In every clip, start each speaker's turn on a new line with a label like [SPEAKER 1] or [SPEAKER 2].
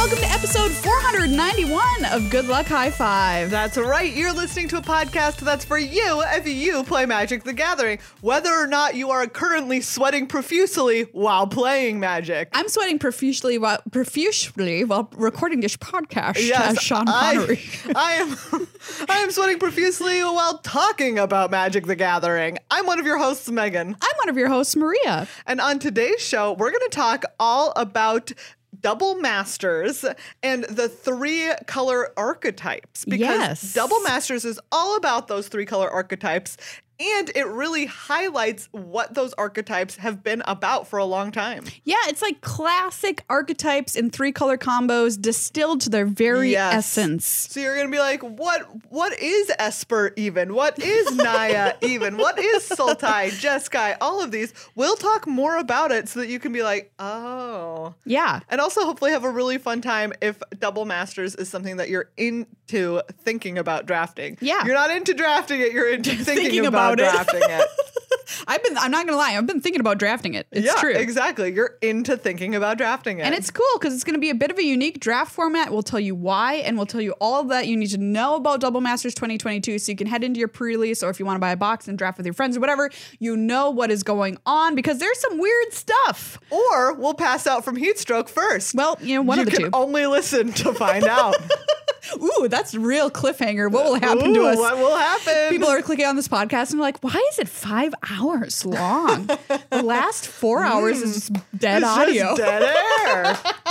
[SPEAKER 1] episode 491 of Good Luck High Five.
[SPEAKER 2] That's right. You're listening to a podcast that's for you if you play Magic the Gathering, whether or not you are currently sweating profusely while playing Magic.
[SPEAKER 1] I'm sweating profusely while profusely while recording this podcast.
[SPEAKER 2] Yes,
[SPEAKER 1] as Sean
[SPEAKER 2] I-
[SPEAKER 1] Connery.
[SPEAKER 2] I am I am sweating profusely while talking about Magic the Gathering. I'm one of your hosts, Megan.
[SPEAKER 1] I'm one of your hosts, Maria.
[SPEAKER 2] And on today's show, we're going to talk all about double masters and the three color archetypes because
[SPEAKER 1] Yes.
[SPEAKER 2] double masters is all about those three color archetypes and it really highlights what those archetypes have been about for a long time.
[SPEAKER 1] Yeah, it's like classic archetypes in three color combos distilled to their very
[SPEAKER 2] Yes.
[SPEAKER 1] essence.
[SPEAKER 2] So you're going to be like, "What what is Esper even? What is Naya even? What is Sultai, Jeskai, all of these?" We'll talk more about it so that you can be like, "Oh,
[SPEAKER 1] Yeah.
[SPEAKER 2] And also, hopefully, have a really fun time if double masters is something that you're into thinking about drafting.
[SPEAKER 1] Yeah.
[SPEAKER 2] You're not into drafting it, you're into thinking,
[SPEAKER 1] Thinking about
[SPEAKER 2] about, drafting it.
[SPEAKER 1] I've been I'm not gonna lie, I've been thinking about drafting it. It's
[SPEAKER 2] yeah,
[SPEAKER 1] true.
[SPEAKER 2] exactly. You're into thinking about drafting it.
[SPEAKER 1] And it's cool because it's going to be a bit of a unique draft format. We'll tell you why, and we'll tell you all that you need to know about Double Masters 2022 so you can head into your pre release or if you want to buy a box and draft with your friends or whatever, you know what is going on because there's some weird stuff.
[SPEAKER 2] or we'll pass out from heat stroke first.
[SPEAKER 1] Well, you know, one
[SPEAKER 2] you
[SPEAKER 1] of the
[SPEAKER 2] can
[SPEAKER 1] two.
[SPEAKER 2] only listen to find out.
[SPEAKER 1] Ooh, that's real cliffhanger. What will happen to
[SPEAKER 2] Ooh,
[SPEAKER 1] us?
[SPEAKER 2] What will happen?
[SPEAKER 1] People are clicking on this podcast and like, why is it five hours long? the last four hours is just dead
[SPEAKER 2] Mm. it's
[SPEAKER 1] audio.
[SPEAKER 2] Just dead air.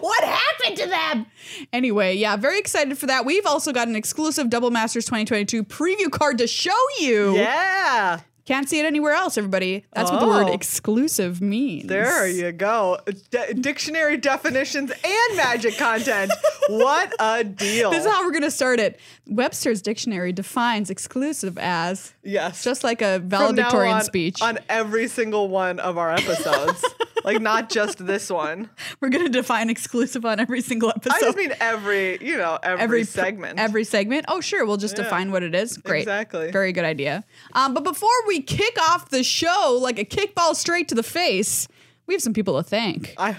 [SPEAKER 1] what happened to them? Anyway, yeah, very excited for that. We've also got an exclusive Double Masters 2022 preview card to show you.
[SPEAKER 2] yeah.
[SPEAKER 1] Can't see it anywhere else, everybody. That's what the word
[SPEAKER 2] Oh.
[SPEAKER 1] exclusive means.
[SPEAKER 2] There you go. D- dictionary definitions and magic content. what a deal.
[SPEAKER 1] This is how we're going to start it. Webster's dictionary defines exclusive as
[SPEAKER 2] yes.
[SPEAKER 1] just like a
[SPEAKER 2] from now
[SPEAKER 1] valedictorian
[SPEAKER 2] on-
[SPEAKER 1] speech.
[SPEAKER 2] on every single one of our episodes. like not just this one.
[SPEAKER 1] We're going to define exclusive on every single episode.
[SPEAKER 2] I just mean every, you know, every,
[SPEAKER 1] pr-
[SPEAKER 2] segment.
[SPEAKER 1] Every segment. Oh, sure. We'll just
[SPEAKER 2] Yeah.
[SPEAKER 1] define what it is. Great.
[SPEAKER 2] Exactly.
[SPEAKER 1] Very good idea. Um, but before we kick off the show like a kickball straight to the face, we have some people to thank.
[SPEAKER 2] I,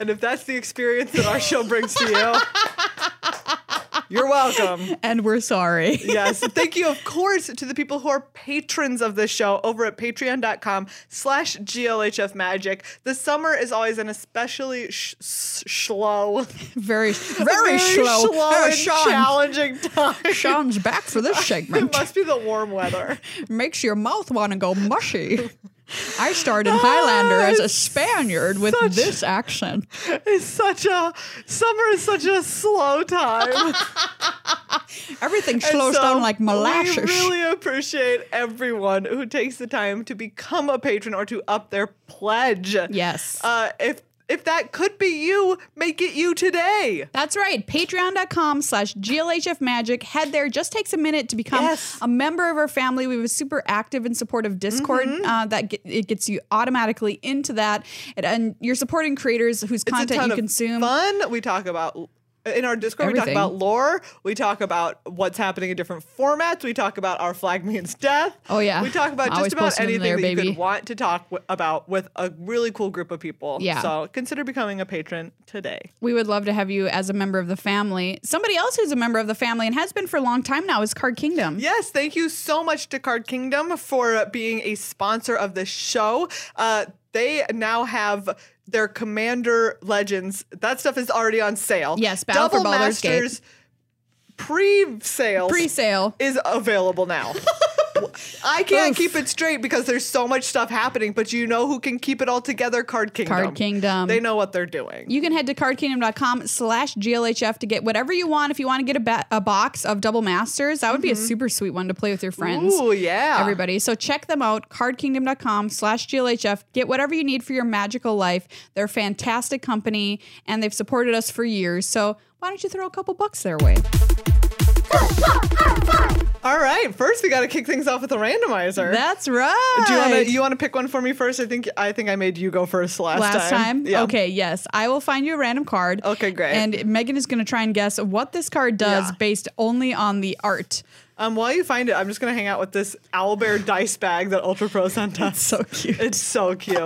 [SPEAKER 2] and if that's the experience that our show brings to you, you're welcome.
[SPEAKER 1] And we're sorry.
[SPEAKER 2] Yes. Thank you, of course, to the people who are patrons of this show over at patreon.com slash glhf magic. The summer is always an especially sh- sh- slow,
[SPEAKER 1] Very, very, slow.
[SPEAKER 2] slow
[SPEAKER 1] Oh,
[SPEAKER 2] and
[SPEAKER 1] Sean.
[SPEAKER 2] challenging time.
[SPEAKER 1] Sean's back for this
[SPEAKER 2] It
[SPEAKER 1] segment.
[SPEAKER 2] must be the warm weather.
[SPEAKER 1] Makes your mouth want to go mushy. I starred
[SPEAKER 2] Ah,
[SPEAKER 1] in Highlander as a Spaniard with this accent.
[SPEAKER 2] It's such a summer is such a slow time.
[SPEAKER 1] Everything
[SPEAKER 2] And
[SPEAKER 1] slows
[SPEAKER 2] so
[SPEAKER 1] down like molasses.
[SPEAKER 2] We really appreciate everyone who takes the time to become a patron or to up their pledge.
[SPEAKER 1] Yes.
[SPEAKER 2] Uh, if if that could be you, make it you today.
[SPEAKER 1] That's right. Patreon.com slash GLHF Magic. Head there. Just takes a minute to become
[SPEAKER 2] Yes.
[SPEAKER 1] a member of our family. We have a super active and supportive Discord
[SPEAKER 2] Mm-hmm.
[SPEAKER 1] uh, that get, it gets you automatically into that. And, and you're supporting creators whose
[SPEAKER 2] It's a
[SPEAKER 1] content
[SPEAKER 2] ton
[SPEAKER 1] you
[SPEAKER 2] of
[SPEAKER 1] consume.
[SPEAKER 2] Fun. We talk about in our Discord. We
[SPEAKER 1] Everything.
[SPEAKER 2] talk about lore. We talk about what's happening in different formats. We talk about our flag means death.
[SPEAKER 1] Oh, yeah.
[SPEAKER 2] We talk about
[SPEAKER 1] Always
[SPEAKER 2] just about
[SPEAKER 1] posting them
[SPEAKER 2] anything
[SPEAKER 1] there,
[SPEAKER 2] that you
[SPEAKER 1] baby.
[SPEAKER 2] could want to talk w- about with a really cool group of people.
[SPEAKER 1] Yeah.
[SPEAKER 2] So consider becoming a patron today.
[SPEAKER 1] We would love to have you as a member of the family. Somebody else who's a member of the family and has been for a long time now is Card Kingdom.
[SPEAKER 2] Yes, thank you so much to Card Kingdom for being a sponsor of the show. Uh, they now have their Commander Legends. That stuff is already on sale.
[SPEAKER 1] Yes, Battle for
[SPEAKER 2] Double
[SPEAKER 1] Baldur's Gate.
[SPEAKER 2] Masters pre-sale
[SPEAKER 1] Pre-sale.
[SPEAKER 2] is available now. I can't
[SPEAKER 1] Oof.
[SPEAKER 2] keep it straight because there's so much stuff happening, but you know who can keep it all together? Card Kingdom.
[SPEAKER 1] Card Kingdom.
[SPEAKER 2] They know what they're doing.
[SPEAKER 1] You can head to cardkingdom.com slash GLHF to get whatever you want. If you want to get a, ba- a box of Double Masters, that would be a super sweet one to play with your friends.
[SPEAKER 2] Mm-hmm. Ooh, yeah.
[SPEAKER 1] everybody. So check them out, cardkingdom.com slash GLHF. Get whatever you need for your magical life. They're a fantastic company and they've supported us for years. So why don't you throw a couple bucks their way?
[SPEAKER 2] All right. First, we got to kick things off with a randomizer.
[SPEAKER 1] That's right.
[SPEAKER 2] do you want to you want to pick one for me first? I think I think I made you go first last,
[SPEAKER 1] last time?
[SPEAKER 2] Yeah.
[SPEAKER 1] Okay, yes. I will find you a random card.
[SPEAKER 2] Okay, great.
[SPEAKER 1] And Megan is going to try and guess what this card does
[SPEAKER 2] Yeah.
[SPEAKER 1] based only on the art.
[SPEAKER 2] Um, while you find it, I'm just gonna hang out with this owlbear dice bag that Ultra Pro sent us.
[SPEAKER 1] so cute.
[SPEAKER 2] It's so cute.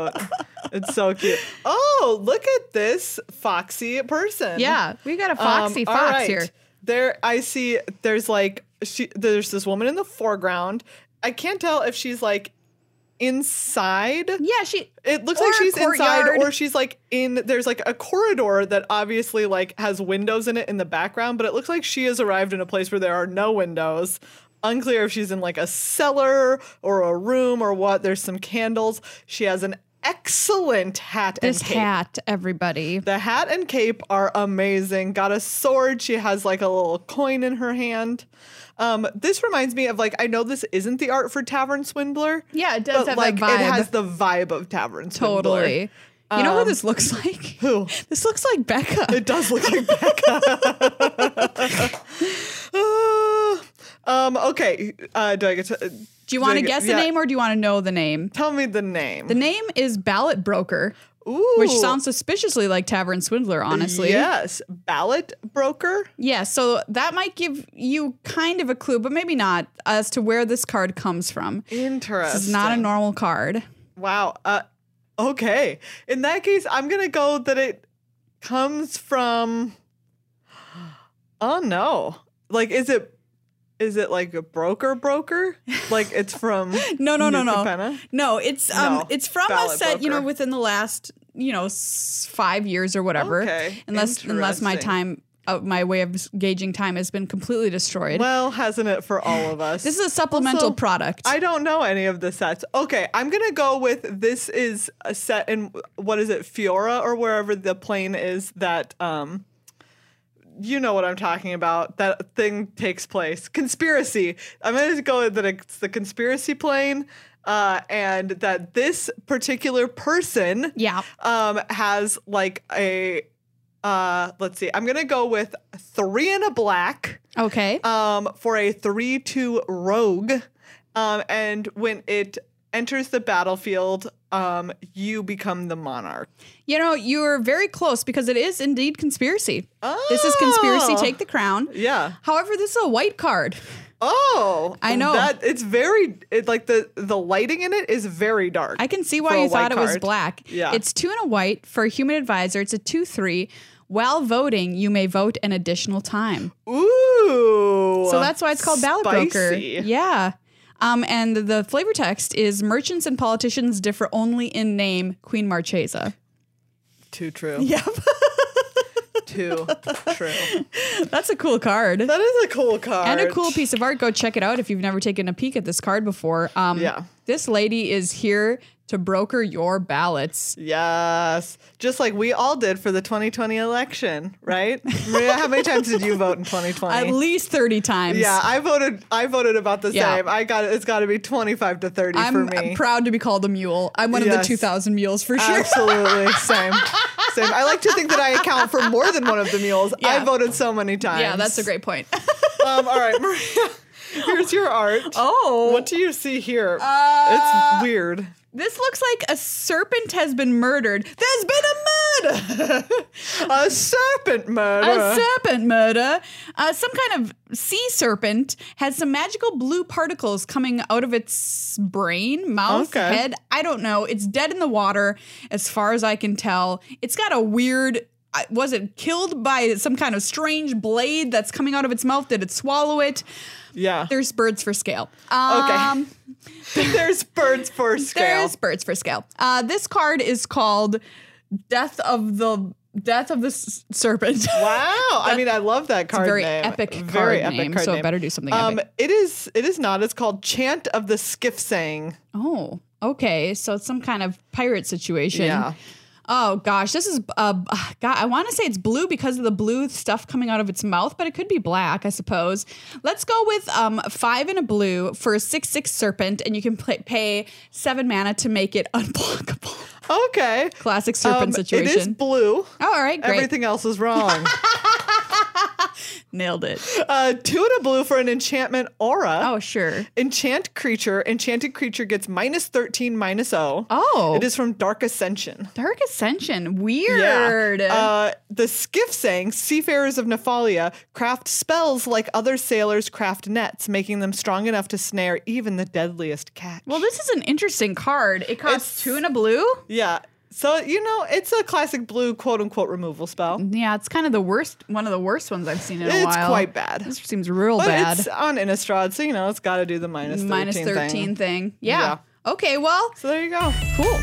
[SPEAKER 2] it's so cute. Oh, look at this foxy person.
[SPEAKER 1] Yeah, we got a
[SPEAKER 2] Um,
[SPEAKER 1] foxy
[SPEAKER 2] all
[SPEAKER 1] fox
[SPEAKER 2] right.
[SPEAKER 1] here.
[SPEAKER 2] There, I see. There's like she. There's this woman in the foreground. I can't tell if she's like inside.
[SPEAKER 1] Yeah, she.
[SPEAKER 2] It looks
[SPEAKER 1] Or
[SPEAKER 2] like
[SPEAKER 1] a
[SPEAKER 2] she's inside,
[SPEAKER 1] courtyard.
[SPEAKER 2] or she's like in. There's like a corridor that obviously like has windows in it in the background, but it looks like she has arrived in a place where there are no windows. Unclear if she's in like a cellar or a room or what. There's some candles. She has an excellent hat.
[SPEAKER 1] This
[SPEAKER 2] and cape.
[SPEAKER 1] cat, everybody.
[SPEAKER 2] The hat and cape are amazing. Got a sword. She has like a little coin in her hand. Um, this reminds me of like I know this isn't the art for Tavern Swindler.
[SPEAKER 1] Yeah, it does
[SPEAKER 2] but,
[SPEAKER 1] have that
[SPEAKER 2] like
[SPEAKER 1] vibe.
[SPEAKER 2] it has the vibe of Tavern Swindler.
[SPEAKER 1] Totally. you know who this looks like?
[SPEAKER 2] Um, Who?
[SPEAKER 1] This looks like Becca.
[SPEAKER 2] It does look like Becca. Uh, um, okay. Uh, do I get to?
[SPEAKER 1] do you want to
[SPEAKER 2] I get-
[SPEAKER 1] guess the
[SPEAKER 2] yeah.
[SPEAKER 1] name or do you want to know the name?
[SPEAKER 2] Tell me the name.
[SPEAKER 1] The name is Ballot Broker,
[SPEAKER 2] Ooh,
[SPEAKER 1] which sounds suspiciously like Tavern Swindler, honestly.
[SPEAKER 2] Yes, ballot broker.
[SPEAKER 1] Yeah, so that might give you kind of a clue, but maybe not, as to where this card comes from.
[SPEAKER 2] Interesting.
[SPEAKER 1] This is not a normal card.
[SPEAKER 2] Wow. Uh, okay. In that case, I'm gonna go that it comes from. Oh no! Like, is it? Is it like a broker broker? Like it's from
[SPEAKER 1] No, no, no,
[SPEAKER 2] New
[SPEAKER 1] no.
[SPEAKER 2] Capenna?
[SPEAKER 1] No, it's um,
[SPEAKER 2] No.
[SPEAKER 1] it's from a
[SPEAKER 2] Ballot
[SPEAKER 1] set, you know,
[SPEAKER 2] broker.
[SPEAKER 1] within the last, you know, s- five years or whatever.
[SPEAKER 2] Okay.
[SPEAKER 1] Unless unless my
[SPEAKER 2] Interesting.
[SPEAKER 1] time, uh, my way of s- gauging time has been completely destroyed.
[SPEAKER 2] Well, hasn't it for all of us?
[SPEAKER 1] this is a supplemental
[SPEAKER 2] Also,
[SPEAKER 1] product.
[SPEAKER 2] I don't know any of the sets. Okay, I'm gonna go with this is a set in what is it, Fiora or wherever the plane is that um you know what I'm talking about. That thing takes place. Conspiracy. I'm gonna go with that it's the conspiracy plane. Uh, and that this particular person
[SPEAKER 1] yeah.
[SPEAKER 2] um has like a uh let's see, I'm gonna go with three in a black
[SPEAKER 1] Okay.
[SPEAKER 2] um, for a 3 2 rogue. Um, and when it enters the battlefield, um, you become the monarch.
[SPEAKER 1] you know, you were very close because it is indeed conspiracy. This is conspiracy.
[SPEAKER 2] Oh.
[SPEAKER 1] Take the crown.
[SPEAKER 2] Yeah.
[SPEAKER 1] However, this is a white card.
[SPEAKER 2] Oh,
[SPEAKER 1] I know.
[SPEAKER 2] that it's very it, like the the lighting in it is very dark.
[SPEAKER 1] I can see
[SPEAKER 2] for
[SPEAKER 1] why
[SPEAKER 2] a
[SPEAKER 1] you thought
[SPEAKER 2] white
[SPEAKER 1] it was
[SPEAKER 2] card.
[SPEAKER 1] black.
[SPEAKER 2] Yeah.
[SPEAKER 1] It's two and a white for a human advisor. It's a two three. While voting, you may vote an additional time.
[SPEAKER 2] Ooh,
[SPEAKER 1] So that's why it's called ballot broker.
[SPEAKER 2] spicy.
[SPEAKER 1] Yeah. Um, and the flavor text is merchants and politicians differ only in name, Queen Marchesa.
[SPEAKER 2] Too true.
[SPEAKER 1] Yep.
[SPEAKER 2] Too true.
[SPEAKER 1] That's a cool card.
[SPEAKER 2] That is a cool card
[SPEAKER 1] and a cool piece of art. Go check it out if you've never taken a peek at this card before. Um,
[SPEAKER 2] Yeah.
[SPEAKER 1] This lady is here to broker your ballots.
[SPEAKER 2] Yes, just like we all did for the 2020 election, right? Maria, how many times did you vote in 2020?
[SPEAKER 1] At least 30 times.
[SPEAKER 2] Yeah, I voted. I voted about the
[SPEAKER 1] Yeah.
[SPEAKER 2] same. I got it's got to be twenty five to 30
[SPEAKER 1] I'm
[SPEAKER 2] for me.
[SPEAKER 1] proud to be called a mule. I'm one of the
[SPEAKER 2] Yes.
[SPEAKER 1] 2,000 mules for sure.
[SPEAKER 2] Absolutely same, same. I like to think that I account for more than one of the mules.
[SPEAKER 1] Yeah.
[SPEAKER 2] I voted so many times.
[SPEAKER 1] yeah, that's a great point.
[SPEAKER 2] Um, all right, Maria. Here's your art.
[SPEAKER 1] oh.
[SPEAKER 2] What do you see here?
[SPEAKER 1] Uh,
[SPEAKER 2] it's weird.
[SPEAKER 1] This looks like a serpent has been murdered. There's been a murder!
[SPEAKER 2] A serpent murder.
[SPEAKER 1] a serpent murder. Uh, some kind of sea serpent has some magical blue particles coming out of its brain, mouth,
[SPEAKER 2] Okay.
[SPEAKER 1] head. I don't know. It's dead in the water, as far as I can tell. It's got a weird. I- Was it killed by some kind of strange blade that's coming out of its mouth? Did it swallow it?
[SPEAKER 2] yeah.
[SPEAKER 1] There's birds for scale.
[SPEAKER 2] Okay.
[SPEAKER 1] Um,
[SPEAKER 2] There's birds for scale.
[SPEAKER 1] There's birds for scale. Uh, this card is called Death of the Death of the S- Serpent.
[SPEAKER 2] Wow. I mean, I love that card
[SPEAKER 1] very
[SPEAKER 2] name.
[SPEAKER 1] epic
[SPEAKER 2] Very
[SPEAKER 1] card
[SPEAKER 2] epic
[SPEAKER 1] name,
[SPEAKER 2] card
[SPEAKER 1] so it
[SPEAKER 2] name.
[SPEAKER 1] better do something
[SPEAKER 2] Um,
[SPEAKER 1] epic.
[SPEAKER 2] it is. It is not. It's called Chant of the Skiff Saying.
[SPEAKER 1] Oh, okay. So it's some kind of pirate situation.
[SPEAKER 2] Yeah.
[SPEAKER 1] Oh gosh, this is uh, God. I want to say it's blue because of the blue stuff coming out of its mouth, but it could be black, I suppose. Let's go with um five and a blue for a six six serpent, and you can pla pay seven mana to make it unblockable.
[SPEAKER 2] Okay.
[SPEAKER 1] Classic serpent
[SPEAKER 2] Um, It is
[SPEAKER 1] situation.
[SPEAKER 2] blue.
[SPEAKER 1] Oh, all right, great.
[SPEAKER 2] Everything else is wrong.
[SPEAKER 1] Nailed it.
[SPEAKER 2] Uh, two and a blue for an enchantment aura.
[SPEAKER 1] Oh, sure.
[SPEAKER 2] Enchant creature. Enchanted creature gets minus 13, minus 0.
[SPEAKER 1] Oh.
[SPEAKER 2] It is from Dark Ascension.
[SPEAKER 1] Dark Ascension. Weird.
[SPEAKER 2] Uh, the skiff saying, seafarers of Nephalia craft spells like other sailors craft nets, making them strong enough to snare even the deadliest catch.
[SPEAKER 1] well, this is an interesting card. It costs two and a blue.
[SPEAKER 2] yeah. So, you know, it's a classic blue quote unquote removal spell.
[SPEAKER 1] Yeah, it's kind of the worst, one of the worst ones I've seen in a
[SPEAKER 2] It's
[SPEAKER 1] while.
[SPEAKER 2] quite bad.
[SPEAKER 1] This seems real
[SPEAKER 2] But
[SPEAKER 1] bad.
[SPEAKER 2] it's on Innistrad, so, you know, it's got to do the minus 13.
[SPEAKER 1] Minus 13
[SPEAKER 2] thing.
[SPEAKER 1] thing. Yeah. Okay, well,
[SPEAKER 2] So there you go.
[SPEAKER 1] cool.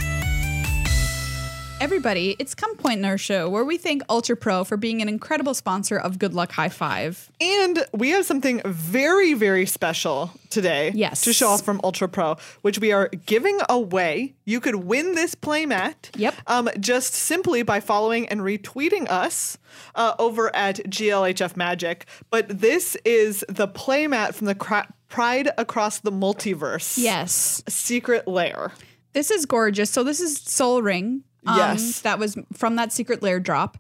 [SPEAKER 1] Everybody, it's come point in our show where we thank Ultra Pro for being an incredible sponsor of Good Luck High Five.
[SPEAKER 2] And we have something very, very special today.
[SPEAKER 1] Yes.
[SPEAKER 2] To show off from Ultra Pro, which we are giving away. You could win this playmat.
[SPEAKER 1] Yep.
[SPEAKER 2] Um, just simply by following and retweeting us uh, over at GLHF Magic. But this is the playmat from the cra- Pride Across the Multiverse.
[SPEAKER 1] Yes.
[SPEAKER 2] Secret lair.
[SPEAKER 1] This is gorgeous. So this is Soul Ring. Um,
[SPEAKER 2] Yes.
[SPEAKER 1] That was from that secret lair drop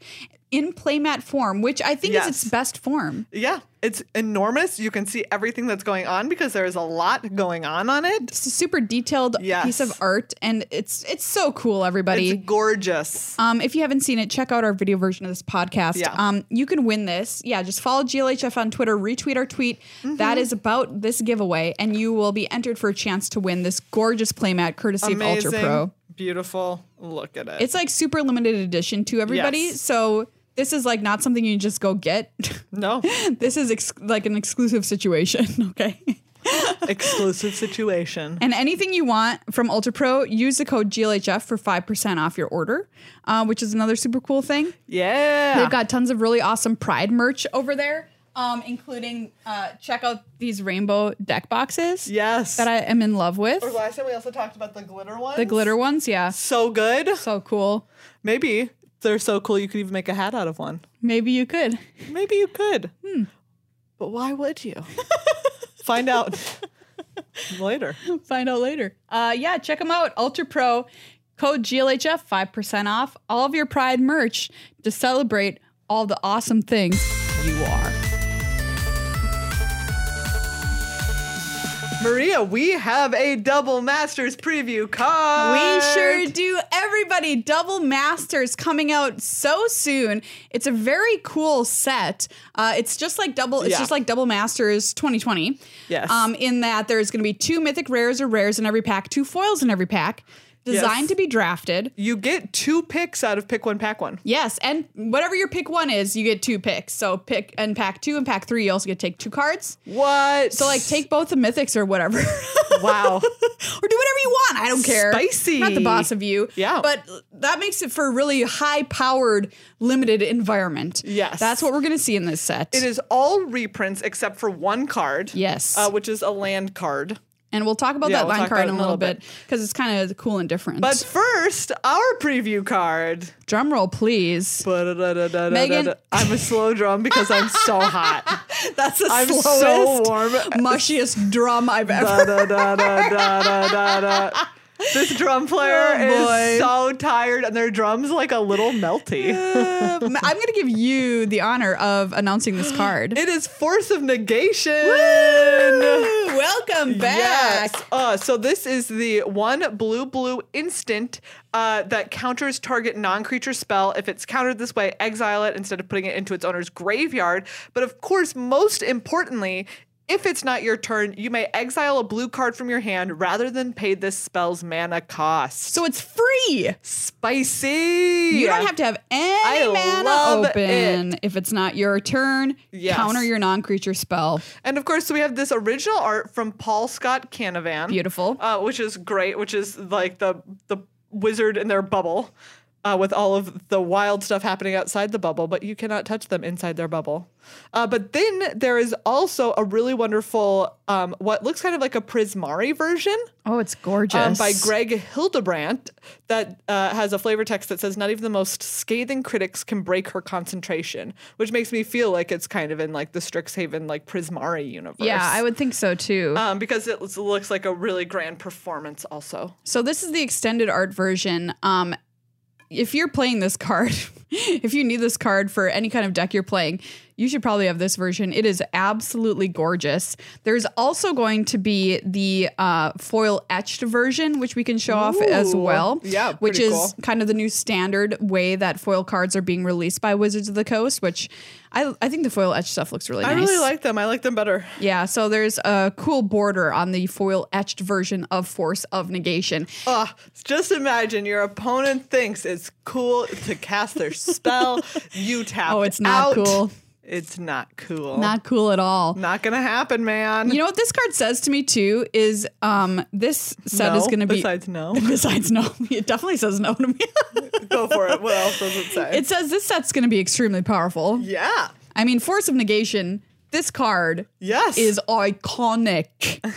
[SPEAKER 1] in playmat form, which I think
[SPEAKER 2] Yes.
[SPEAKER 1] is its best form.
[SPEAKER 2] Yeah, it's enormous. You can see everything that's going on because there is a lot going on on it.
[SPEAKER 1] It's a super detailed
[SPEAKER 2] Yes.
[SPEAKER 1] piece of art and it's it's so cool, everybody.
[SPEAKER 2] It's gorgeous.
[SPEAKER 1] Um, if you haven't seen it, check out our video version of this podcast.
[SPEAKER 2] Yeah.
[SPEAKER 1] Um, you can win this. Yeah, just follow GLHF on Twitter, retweet our tweet.
[SPEAKER 2] Mm-hmm.
[SPEAKER 1] That is about this giveaway, and you will be entered for a chance to win this gorgeous playmat courtesy of Ultra Pro.
[SPEAKER 2] Beautiful. Look at it.
[SPEAKER 1] It's like super limited edition to everybody.
[SPEAKER 2] Yes.
[SPEAKER 1] So this is like not something you just go get.
[SPEAKER 2] no
[SPEAKER 1] this is ex- like an exclusive situation, okay?
[SPEAKER 2] exclusive situation.
[SPEAKER 1] And anything you want from Ultra Pro, use the code GLHF for 5% off your order, uh, which is another super cool thing.
[SPEAKER 2] Yeah.
[SPEAKER 1] They've got tons of really awesome Pride merch over there, um, including uh, check out these rainbow deck boxes
[SPEAKER 2] yes.
[SPEAKER 1] that I am in love with.
[SPEAKER 2] Last time we also talked about the glitter ones.
[SPEAKER 1] The glitter ones, yeah,
[SPEAKER 2] So good.
[SPEAKER 1] so cool.
[SPEAKER 2] Maybe they're so cool you could even make a hat out of one.
[SPEAKER 1] Maybe you could.
[SPEAKER 2] Maybe you could.
[SPEAKER 1] Hmm.
[SPEAKER 2] But why would you? Find out later.
[SPEAKER 1] Find out later. Uh, yeah, check them out. Ultra Pro code GLHF five percent off all of your Pride merch to celebrate all the awesome things you are.
[SPEAKER 2] Maria, we have a double masters preview card.
[SPEAKER 1] We sure do. Everybody, Double Masters coming out so soon. It's a very cool set. Uh, it's just like double. It's
[SPEAKER 2] Yeah.
[SPEAKER 1] just like Double Masters 2020.
[SPEAKER 2] Yes.
[SPEAKER 1] Um, in that there's going to be two mythic rares or rares in every pack, two foils in every pack, designed
[SPEAKER 2] Yes.
[SPEAKER 1] to be drafted.
[SPEAKER 2] You get two picks out of pick one, pack one.
[SPEAKER 1] Yes, and whatever your pick one is, you get two picks. So pick and pack two and pack three. You also get to take two cards.
[SPEAKER 2] What?
[SPEAKER 1] So like take both the mythics or whatever.
[SPEAKER 2] wow.
[SPEAKER 1] or do whatever you want. I don't care.
[SPEAKER 2] Spicy.
[SPEAKER 1] I'm not the boss of you.
[SPEAKER 2] Yeah.
[SPEAKER 1] But that makes it for a really high powered, limited environment.
[SPEAKER 2] Yes.
[SPEAKER 1] That's what we're going to see in this set.
[SPEAKER 2] It is all reprints except for one card.
[SPEAKER 1] Yes.
[SPEAKER 2] Uh, which is a land card.
[SPEAKER 1] and we'll talk about
[SPEAKER 2] Yeah,
[SPEAKER 1] that
[SPEAKER 2] we'll
[SPEAKER 1] line
[SPEAKER 2] talk
[SPEAKER 1] card
[SPEAKER 2] about it
[SPEAKER 1] in a little bit because it's kind of cool and different.
[SPEAKER 2] But first, our preview card.
[SPEAKER 1] drum roll, please.
[SPEAKER 2] Megan. I'm a slow drum because I'm so hot.
[SPEAKER 1] That's the
[SPEAKER 2] I'm so
[SPEAKER 1] slowest,
[SPEAKER 2] warm.
[SPEAKER 1] mushiest drum I've ever.
[SPEAKER 2] Da, da, da, da, da, da, da. This drum player
[SPEAKER 1] Oh, boy.
[SPEAKER 2] is so tired, and their drum's like a little melty.
[SPEAKER 1] Uh, I'm going to give you the honor of announcing this card.
[SPEAKER 2] It is Force of Negation.
[SPEAKER 1] Woo! Welcome back.
[SPEAKER 2] Yes. Uh, so this is the one blue blue instant uh, that counters target non-creature spell. If it's countered this way, exile it instead of putting it into its owner's graveyard. But of course, most importantly. If it's not your turn, you may exile a blue card from your hand rather than pay this spell's mana cost.
[SPEAKER 1] So it's free.
[SPEAKER 2] Spicy!
[SPEAKER 1] You don't have to have any
[SPEAKER 2] I love
[SPEAKER 1] mana open if it's not your turn.
[SPEAKER 2] Yes.
[SPEAKER 1] Counter your non-creature spell.
[SPEAKER 2] And of course, we have this original art from Paul Scott Canavan.
[SPEAKER 1] Beautiful.
[SPEAKER 2] uh, which is great, which is like the the wizard in their bubble. Uh, with all of the wild stuff happening outside the bubble, but you cannot touch them inside their bubble. Uh, but then there is also a really wonderful, um, what looks kind of like a Prismari version
[SPEAKER 1] oh, it's gorgeous.
[SPEAKER 2] um, by Greg Hildebrandt that uh, has a flavor text that says, Not even the most scathing critics can break her concentration, which makes me feel like it's kind of in like the Strixhaven, like Prismari universe.
[SPEAKER 1] yeah, I would think so too.
[SPEAKER 2] Um, because it looks- looks like a really grand performance, also.
[SPEAKER 1] so this is the extended art version. Um, if you're playing this card, if you need this card for any kind of deck you're playing, you should probably have this version. It is absolutely gorgeous. There's also going to be the uh, foil etched version, which we can show off as
[SPEAKER 2] Ooh.
[SPEAKER 1] well.
[SPEAKER 2] Yeah,
[SPEAKER 1] which
[SPEAKER 2] pretty
[SPEAKER 1] is
[SPEAKER 2] cool.
[SPEAKER 1] kind of the new standard way that foil cards are being released by Wizards of the Coast. Which I I think the foil etched stuff looks really
[SPEAKER 2] I
[SPEAKER 1] nice.
[SPEAKER 2] really like them. I like them better.
[SPEAKER 1] Yeah, so there's a cool border on the foil etched version of Force of Negation.
[SPEAKER 2] Ugh, Ah, just imagine your opponent thinks it's cool to cast their spell. you tap.
[SPEAKER 1] Oh, it's not
[SPEAKER 2] out.
[SPEAKER 1] cool.
[SPEAKER 2] It's not cool.
[SPEAKER 1] Not cool at all.
[SPEAKER 2] Not gonna happen, man.
[SPEAKER 1] You know what this card says to me too is um this set
[SPEAKER 2] no,
[SPEAKER 1] is going to be
[SPEAKER 2] Besides, no.
[SPEAKER 1] besides no. It definitely says no to me.
[SPEAKER 2] Go for it. What else does it say?
[SPEAKER 1] it says this set's going to be extremely powerful.
[SPEAKER 2] yeah.
[SPEAKER 1] I mean, Force of Negation, this card
[SPEAKER 2] Yes.
[SPEAKER 1] is iconic.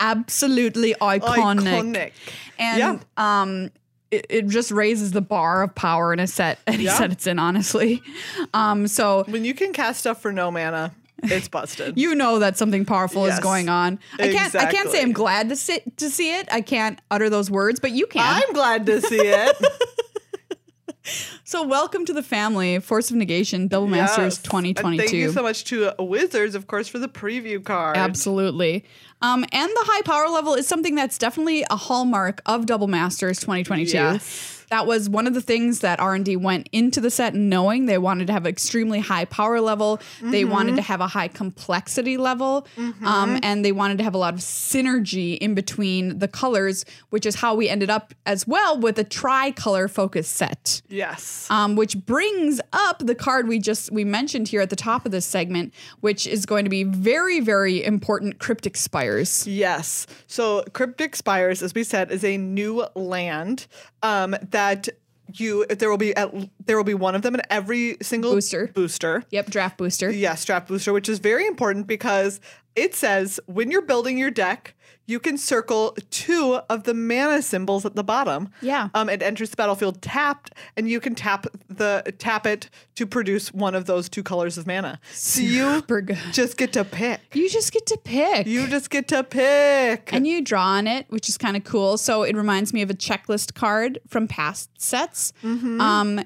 [SPEAKER 1] Absolutely
[SPEAKER 2] iconic.
[SPEAKER 1] And um it, it just raises the bar of power in a set any
[SPEAKER 2] Yeah.
[SPEAKER 1] set it's in, honestly. Um so
[SPEAKER 2] When you can cast stuff for no mana, it's busted.
[SPEAKER 1] you know that something powerful is
[SPEAKER 2] Yes.
[SPEAKER 1] going on. I can't I can't say
[SPEAKER 2] Exactly.
[SPEAKER 1] I'm glad to sit to see it. I can't utter those words, but you can.
[SPEAKER 2] I'm glad to see it.
[SPEAKER 1] so welcome to the family, Force of Negation, Double Masters
[SPEAKER 2] Yes. And thank you
[SPEAKER 1] 2022.
[SPEAKER 2] so much to Wizards, of course, for the preview card.
[SPEAKER 1] Absolutely. Um, and the high power level is something that's definitely a hallmark of Double Masters 2022.
[SPEAKER 2] Yes.
[SPEAKER 1] That was one of the things that R&D went into the set knowing they wanted to have extremely high power level. They
[SPEAKER 2] Mm-hmm.
[SPEAKER 1] wanted to have a high complexity level. Um, and they wanted to have a lot of synergy in between the colors, which is how we ended up as well with a tricolor focus set
[SPEAKER 2] Yes.
[SPEAKER 1] um, which brings up the card we just we mentioned here at the top of this segment, which is going to be very very important. Cryptic spires.
[SPEAKER 2] Yes. So Cryptic Spires, as we said, is a new land um, that you there will be at there will be one of them in every single
[SPEAKER 1] Booster.
[SPEAKER 2] Booster.
[SPEAKER 1] Yep, draft booster.
[SPEAKER 2] Yeah, strap booster, which is very important because it says when you're building your deck, you can circle two of the mana symbols at the bottom.
[SPEAKER 1] Yeah.
[SPEAKER 2] Um, it enters the battlefield tapped, and you can tap the tap it to produce one of those two colors of mana. So you
[SPEAKER 1] Super good.
[SPEAKER 2] just get to pick.
[SPEAKER 1] You just get to pick.
[SPEAKER 2] You just get to pick.
[SPEAKER 1] and you draw on it, which is kind of cool. So it reminds me of a checklist card from past sets.
[SPEAKER 2] Mm-hmm.
[SPEAKER 1] Um,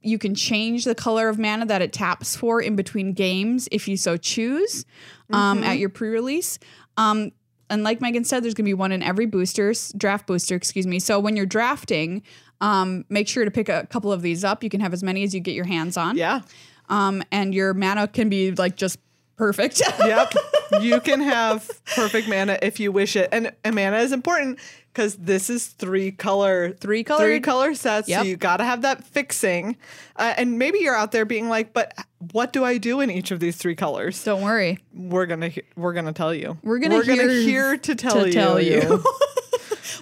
[SPEAKER 1] you can change the color of mana that it taps for in between games if you so choose um,
[SPEAKER 2] Mm-hmm.
[SPEAKER 1] at your pre release. Um, and like Megan said, there's going to be one in every booster, s- draft booster, excuse me. So when you're drafting, um, make sure to pick a couple of these up. You can have as many as you get your hands on.
[SPEAKER 2] yeah.
[SPEAKER 1] Um, and your mana can be like just perfect.
[SPEAKER 2] Yep. you can have perfect mana if you wish it. And, and mana is important because this is three color
[SPEAKER 1] Three colored-
[SPEAKER 2] three color sets.
[SPEAKER 1] Yep.
[SPEAKER 2] So you gotta have that fixing. Uh, and maybe you're out there being like, but what do I do in each of these three colors?
[SPEAKER 1] Don't worry.
[SPEAKER 2] We're gonna he- we're gonna tell you.
[SPEAKER 1] We're gonna
[SPEAKER 2] we're gonna
[SPEAKER 1] hear-
[SPEAKER 2] hear to tell
[SPEAKER 1] to
[SPEAKER 2] you.
[SPEAKER 1] tell you.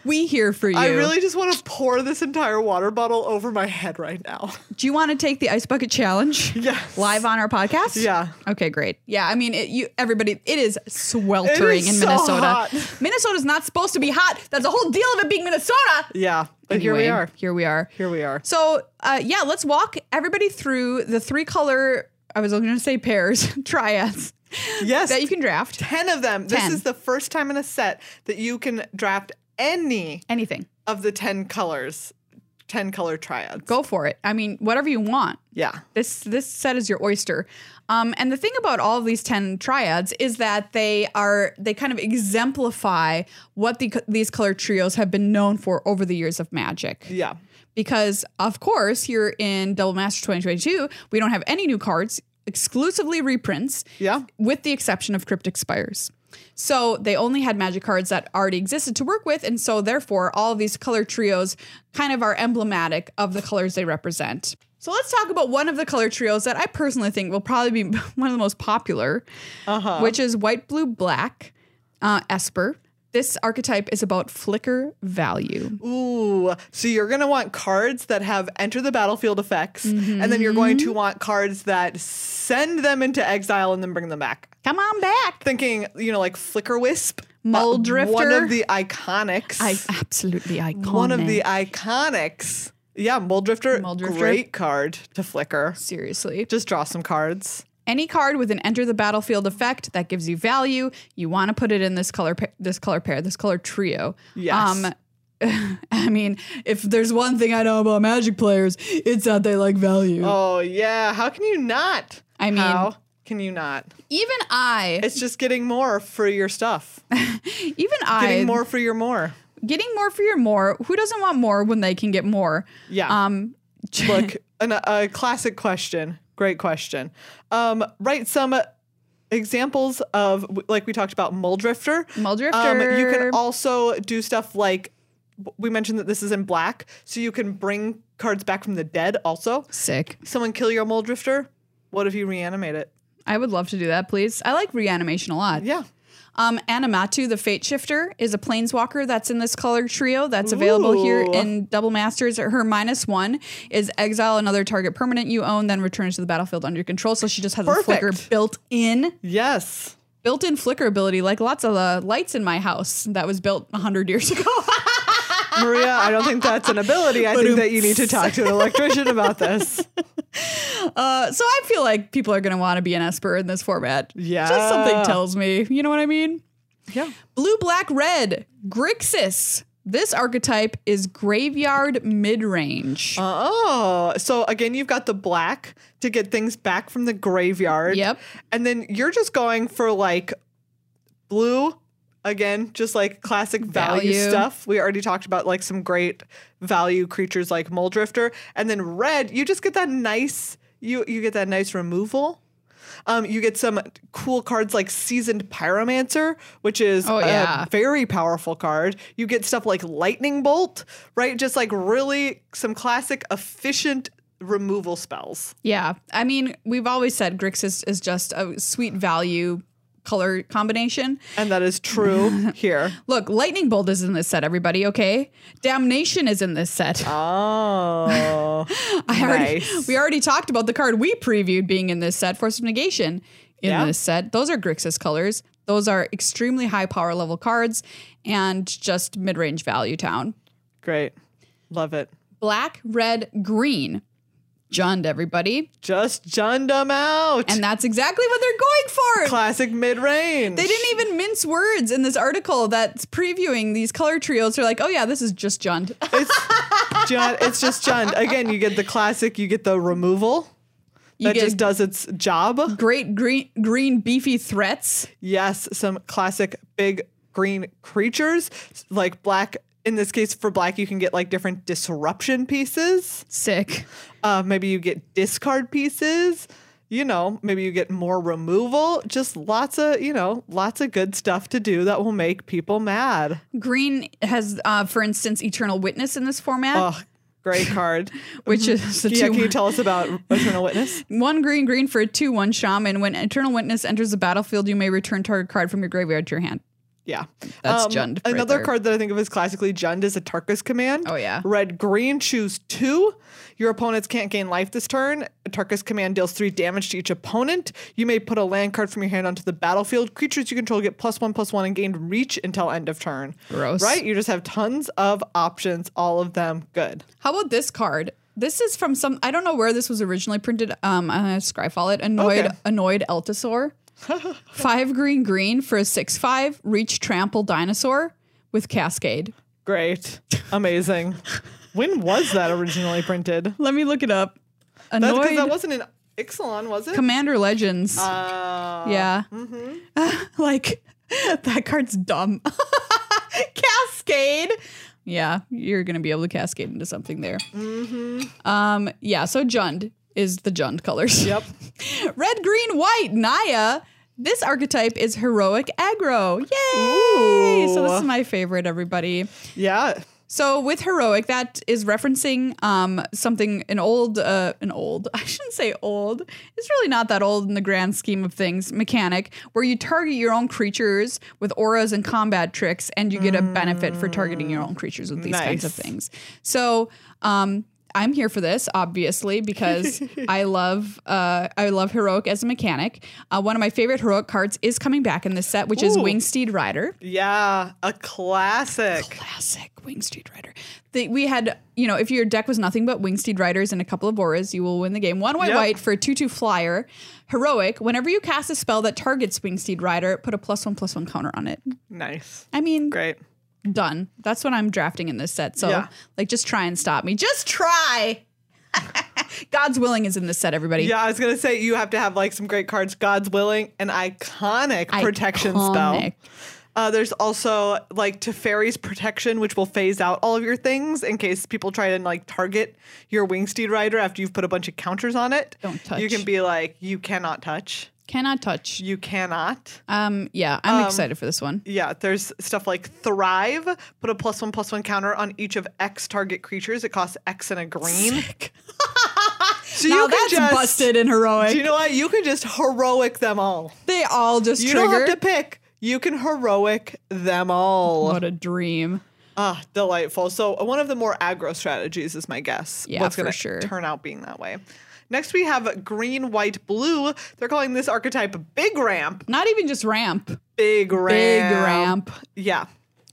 [SPEAKER 1] We here for you.
[SPEAKER 2] I really just want to pour this entire water bottle over my head right now.
[SPEAKER 1] Do you want to take the ice bucket challenge?
[SPEAKER 2] Yes.
[SPEAKER 1] Live on our podcast?
[SPEAKER 2] Yeah.
[SPEAKER 1] Okay, great. Yeah, I mean, it, you everybody, it is sweltering
[SPEAKER 2] It is
[SPEAKER 1] in
[SPEAKER 2] so
[SPEAKER 1] Minnesota.
[SPEAKER 2] hot.
[SPEAKER 1] Minnesota's not supposed to be hot. That's the whole deal of it being Minnesota.
[SPEAKER 2] Yeah. But here we
[SPEAKER 1] Anyway,
[SPEAKER 2] are.
[SPEAKER 1] Here we are.
[SPEAKER 2] Here we are.
[SPEAKER 1] So, uh, yeah, let's walk everybody through the three color. I was going to say pairs, triads
[SPEAKER 2] Yes.
[SPEAKER 1] that you can draft.
[SPEAKER 2] 10 of them.
[SPEAKER 1] 10.
[SPEAKER 2] This is the first time in a set that you can draft any
[SPEAKER 1] Anything,
[SPEAKER 2] of the 10 colors, 10 color triads.
[SPEAKER 1] go for it. I mean, whatever you want.
[SPEAKER 2] Yeah.
[SPEAKER 1] This this set is your oyster. Um, and the thing about all of these ten triads is that they are they kind of exemplify what the these color trios have been known for over the years of Magic.
[SPEAKER 2] Yeah.
[SPEAKER 1] Because of course, here in Double Master 2022, we don't have any new cards, exclusively reprints
[SPEAKER 2] Yeah.
[SPEAKER 1] with the exception of Cryptic Spires. So they only had magic cards that already existed to work with, and so therefore all of these color trios kind of are emblematic of the colors they represent. So let's talk about one of the color trios that I personally think will probably be one of the most popular,
[SPEAKER 2] Uh-huh.
[SPEAKER 1] which is white, blue, black, uh, Esper. This archetype is about flicker value.
[SPEAKER 2] Ooh. So you're going to want cards that have enter the battlefield effects, and then you're going to want cards that send them into exile and then bring them back.
[SPEAKER 1] Come on back.
[SPEAKER 2] Thinking, you know, like Flicker Wisp,
[SPEAKER 1] Mull
[SPEAKER 2] uh, one
[SPEAKER 1] Drifter.
[SPEAKER 2] of the iconics.
[SPEAKER 1] I absolutely iconic.
[SPEAKER 2] one of the iconics. Yeah, Mull Drifter,
[SPEAKER 1] Mull Drifter.
[SPEAKER 2] great card to flicker.
[SPEAKER 1] seriously.
[SPEAKER 2] Just draw some cards.
[SPEAKER 1] any card with an enter the battlefield effect that gives you value you want to put it in this color pa- this color pair this color trio Um,
[SPEAKER 2] Yes.
[SPEAKER 1] I mean, if there's one thing I know about Magic players, it's that they like value.
[SPEAKER 2] Oh yeah, how can you not?
[SPEAKER 1] I mean-
[SPEAKER 2] how can you not?
[SPEAKER 1] Even I,
[SPEAKER 2] It's just getting more for your stuff.
[SPEAKER 1] even I,
[SPEAKER 2] Getting more for your more.
[SPEAKER 1] getting more for your more. Who doesn't want more when they can get more?
[SPEAKER 2] Yeah.
[SPEAKER 1] Um,
[SPEAKER 2] Look, an, a classic question. Great question. Um, write some examples of like we talked about mole drifter. Um,
[SPEAKER 1] Mole
[SPEAKER 2] you
[SPEAKER 1] drifter.
[SPEAKER 2] can also do stuff like we mentioned that this is in black, so you can bring cards back from the dead. Also,
[SPEAKER 1] sick.
[SPEAKER 2] someone kill your mole drifter. What if you reanimate it?
[SPEAKER 1] I would love to do that, please. I like reanimation a lot.
[SPEAKER 2] Yeah.
[SPEAKER 1] Um, Animatu, the Fate Shifter, is a planeswalker that's in this color trio that's available here
[SPEAKER 2] Ooh.
[SPEAKER 1] in Double Masters. Her minus one is exile another target permanent you own, then returns to the battlefield under your control. So she just has a
[SPEAKER 2] Perfect.
[SPEAKER 1] flicker built in,
[SPEAKER 2] Yes.
[SPEAKER 1] built in flicker ability, like lots of the lights in my house that was built 100 years ago.
[SPEAKER 2] Maria, I don't think that's an ability. I think that you need to talk to an electrician about this.
[SPEAKER 1] Uh, so I feel like people are going to want to be an Esper in this format.
[SPEAKER 2] Yeah.
[SPEAKER 1] Just something tells me. You know what I mean?
[SPEAKER 2] Yeah.
[SPEAKER 1] Blue, black, red, Grixis. This archetype is graveyard mid range.
[SPEAKER 2] Oh, so again, you've got the black to get things back from the graveyard.
[SPEAKER 1] Yep.
[SPEAKER 2] And then you're just going for like blue, again, just like classic value,
[SPEAKER 1] Value.
[SPEAKER 2] stuff. We already talked about like some great value creatures like Mole Drifter. And then red, you just get that nice, you, you get that nice removal. Um, you get some cool cards like Seasoned Pyromancer, which is
[SPEAKER 1] Oh, yeah.
[SPEAKER 2] a very powerful card. You get stuff like Lightning Bolt, right? Just like really some classic efficient removal spells.
[SPEAKER 1] yeah. I mean, we've always said Grixis is just a sweet value color combination.
[SPEAKER 2] And that is true here.
[SPEAKER 1] Look, Lightning Bolt is in this set, everybody, okay? Damnation is in this set.
[SPEAKER 2] Oh.
[SPEAKER 1] I already,
[SPEAKER 2] Ah, nice.
[SPEAKER 1] We already talked about the card we previewed being in this set, Force of Negation in
[SPEAKER 2] Yeah.
[SPEAKER 1] this set. Those are Grixis colors. Those are extremely high power level cards and just mid range value town.
[SPEAKER 2] Great. Love it.
[SPEAKER 1] Black, red, green. Jund, everybody.
[SPEAKER 2] Just jund them out.
[SPEAKER 1] And that's exactly what they're going for.
[SPEAKER 2] classic mid range.
[SPEAKER 1] They didn't even mince words in this article that's previewing these color trios. They're like, oh yeah, this is just Jund.
[SPEAKER 2] It's, Jund- it's just jund. Again, you get the classic, you get the removal.
[SPEAKER 1] You
[SPEAKER 2] that
[SPEAKER 1] get
[SPEAKER 2] just does its job.
[SPEAKER 1] great green, green beefy threats.
[SPEAKER 2] Yes, some classic big green creatures like black. In this case, for black, you can get like different disruption pieces.
[SPEAKER 1] Sick.
[SPEAKER 2] Uh, maybe you get discard pieces. You know, maybe you get more removal. Just lots of, you know, lots of good stuff to do that will make people mad.
[SPEAKER 1] Green has, uh, for instance, Eternal Witness in this format,
[SPEAKER 2] Oh, great card.
[SPEAKER 1] which is the
[SPEAKER 2] Mm-hmm. yeah,
[SPEAKER 1] two
[SPEAKER 2] can you tell us about Eternal Witness?
[SPEAKER 1] one green green for a two one shaman. When Eternal Witness enters the battlefield, you may return target card from your graveyard to your hand.
[SPEAKER 2] Yeah. Um,
[SPEAKER 1] That's Jund right
[SPEAKER 2] Another
[SPEAKER 1] there.
[SPEAKER 2] card that I think of as classically Jund is a Tarkus command.
[SPEAKER 1] Oh, yeah.
[SPEAKER 2] Red green, choose two. Your opponents can't gain life this turn. A Tarkus command deals three damage to each opponent. You may put a land card from your hand onto the battlefield. Creatures you control get plus one, plus one, and gain reach until end of turn.
[SPEAKER 1] Gross.
[SPEAKER 2] Right? You just have tons of options, all of them good.
[SPEAKER 1] How about this card? This is from some. I don't know where this was originally printed. Um, uh, Scryfall it. Annoyed,
[SPEAKER 2] Okay.
[SPEAKER 1] annoyed Eltasaur. five green green for a six five. Reach trample dinosaur with cascade.
[SPEAKER 2] Great. Amazing. when was that originally printed?
[SPEAKER 1] Let me look it up.
[SPEAKER 2] That's because
[SPEAKER 1] Annoyed
[SPEAKER 2] that wasn't in Ixalan, was it?
[SPEAKER 1] Commander Legends.
[SPEAKER 2] Uh,
[SPEAKER 1] yeah. like that card's dumb. cascade. Yeah, you're gonna be able to cascade into something there. Um, yeah. So Jund is the Jund colors.
[SPEAKER 2] Yep.
[SPEAKER 1] Red, green, white, Naya. This archetype is heroic aggro. Yay! So this is my favorite, everybody.
[SPEAKER 2] Yeah.
[SPEAKER 1] So with heroic, that is referencing um, something an old, uh, an old. I shouldn't say old. It's really not that old in the grand scheme of things. Mechanic where you target your own creatures with auras and combat tricks, and you get a benefit for targeting your own creatures with these kinds of
[SPEAKER 2] Nice.
[SPEAKER 1] things. So um, I'm here for this, obviously, because I love uh, I love heroic as a mechanic. Uh, one of my favorite heroic cards is coming back in this set, which is
[SPEAKER 2] Ooh.
[SPEAKER 1] Wingsteed Rider.
[SPEAKER 2] Yeah, a classic.
[SPEAKER 1] classic Wingsteed Rider. The, we had, you know, if your deck was nothing but Wingsteed Riders and a couple of auras, you will win the game. One white
[SPEAKER 2] Yep.
[SPEAKER 1] white for a 2 2 flyer. Heroic, whenever you cast a spell that targets Wingsteed Rider, put a plus one plus one counter on it.
[SPEAKER 2] Nice.
[SPEAKER 1] I mean,
[SPEAKER 2] Great.
[SPEAKER 1] done. That's what I'm drafting in this set. So
[SPEAKER 2] Yeah.
[SPEAKER 1] like just try and stop me. Just try. God's willing is in this set, everybody.
[SPEAKER 2] Yeah, I was gonna say you have to have like some great cards. God's willing, an iconic protection spell.
[SPEAKER 1] Iconic.
[SPEAKER 2] Uh, there's also like Teferi's protection, which will phase out all of your things in case people try and like target your Wingsteed Rider after you've put a bunch of counters on it.
[SPEAKER 1] Don't
[SPEAKER 2] You
[SPEAKER 1] touch.
[SPEAKER 2] can be like, you cannot touch.
[SPEAKER 1] Cannot touch.
[SPEAKER 2] You cannot.
[SPEAKER 1] Um yeah, I'm excited for this one.
[SPEAKER 2] Yeah, there's stuff like Thrive, put a plus one plus one counter on each of X target creatures. It costs X and a green. so
[SPEAKER 1] Now
[SPEAKER 2] you can
[SPEAKER 1] that's
[SPEAKER 2] just,
[SPEAKER 1] busted and heroic.
[SPEAKER 2] Do you know what? You can just heroic them all.
[SPEAKER 1] they all just
[SPEAKER 2] You don't
[SPEAKER 1] trigger.
[SPEAKER 2] have to pick. You can heroic them all.
[SPEAKER 1] What a dream.
[SPEAKER 2] Ah, delightful. So uh, one of the more aggro strategies is my guess.
[SPEAKER 1] Yeah,
[SPEAKER 2] what's
[SPEAKER 1] for
[SPEAKER 2] gonna
[SPEAKER 1] sure.
[SPEAKER 2] Turn out being that way. Next we have green, white, blue. They're calling this archetype Big Ramp.
[SPEAKER 1] Not even just ramp.
[SPEAKER 2] Big Ramp.
[SPEAKER 1] Big ramp.
[SPEAKER 2] Yeah.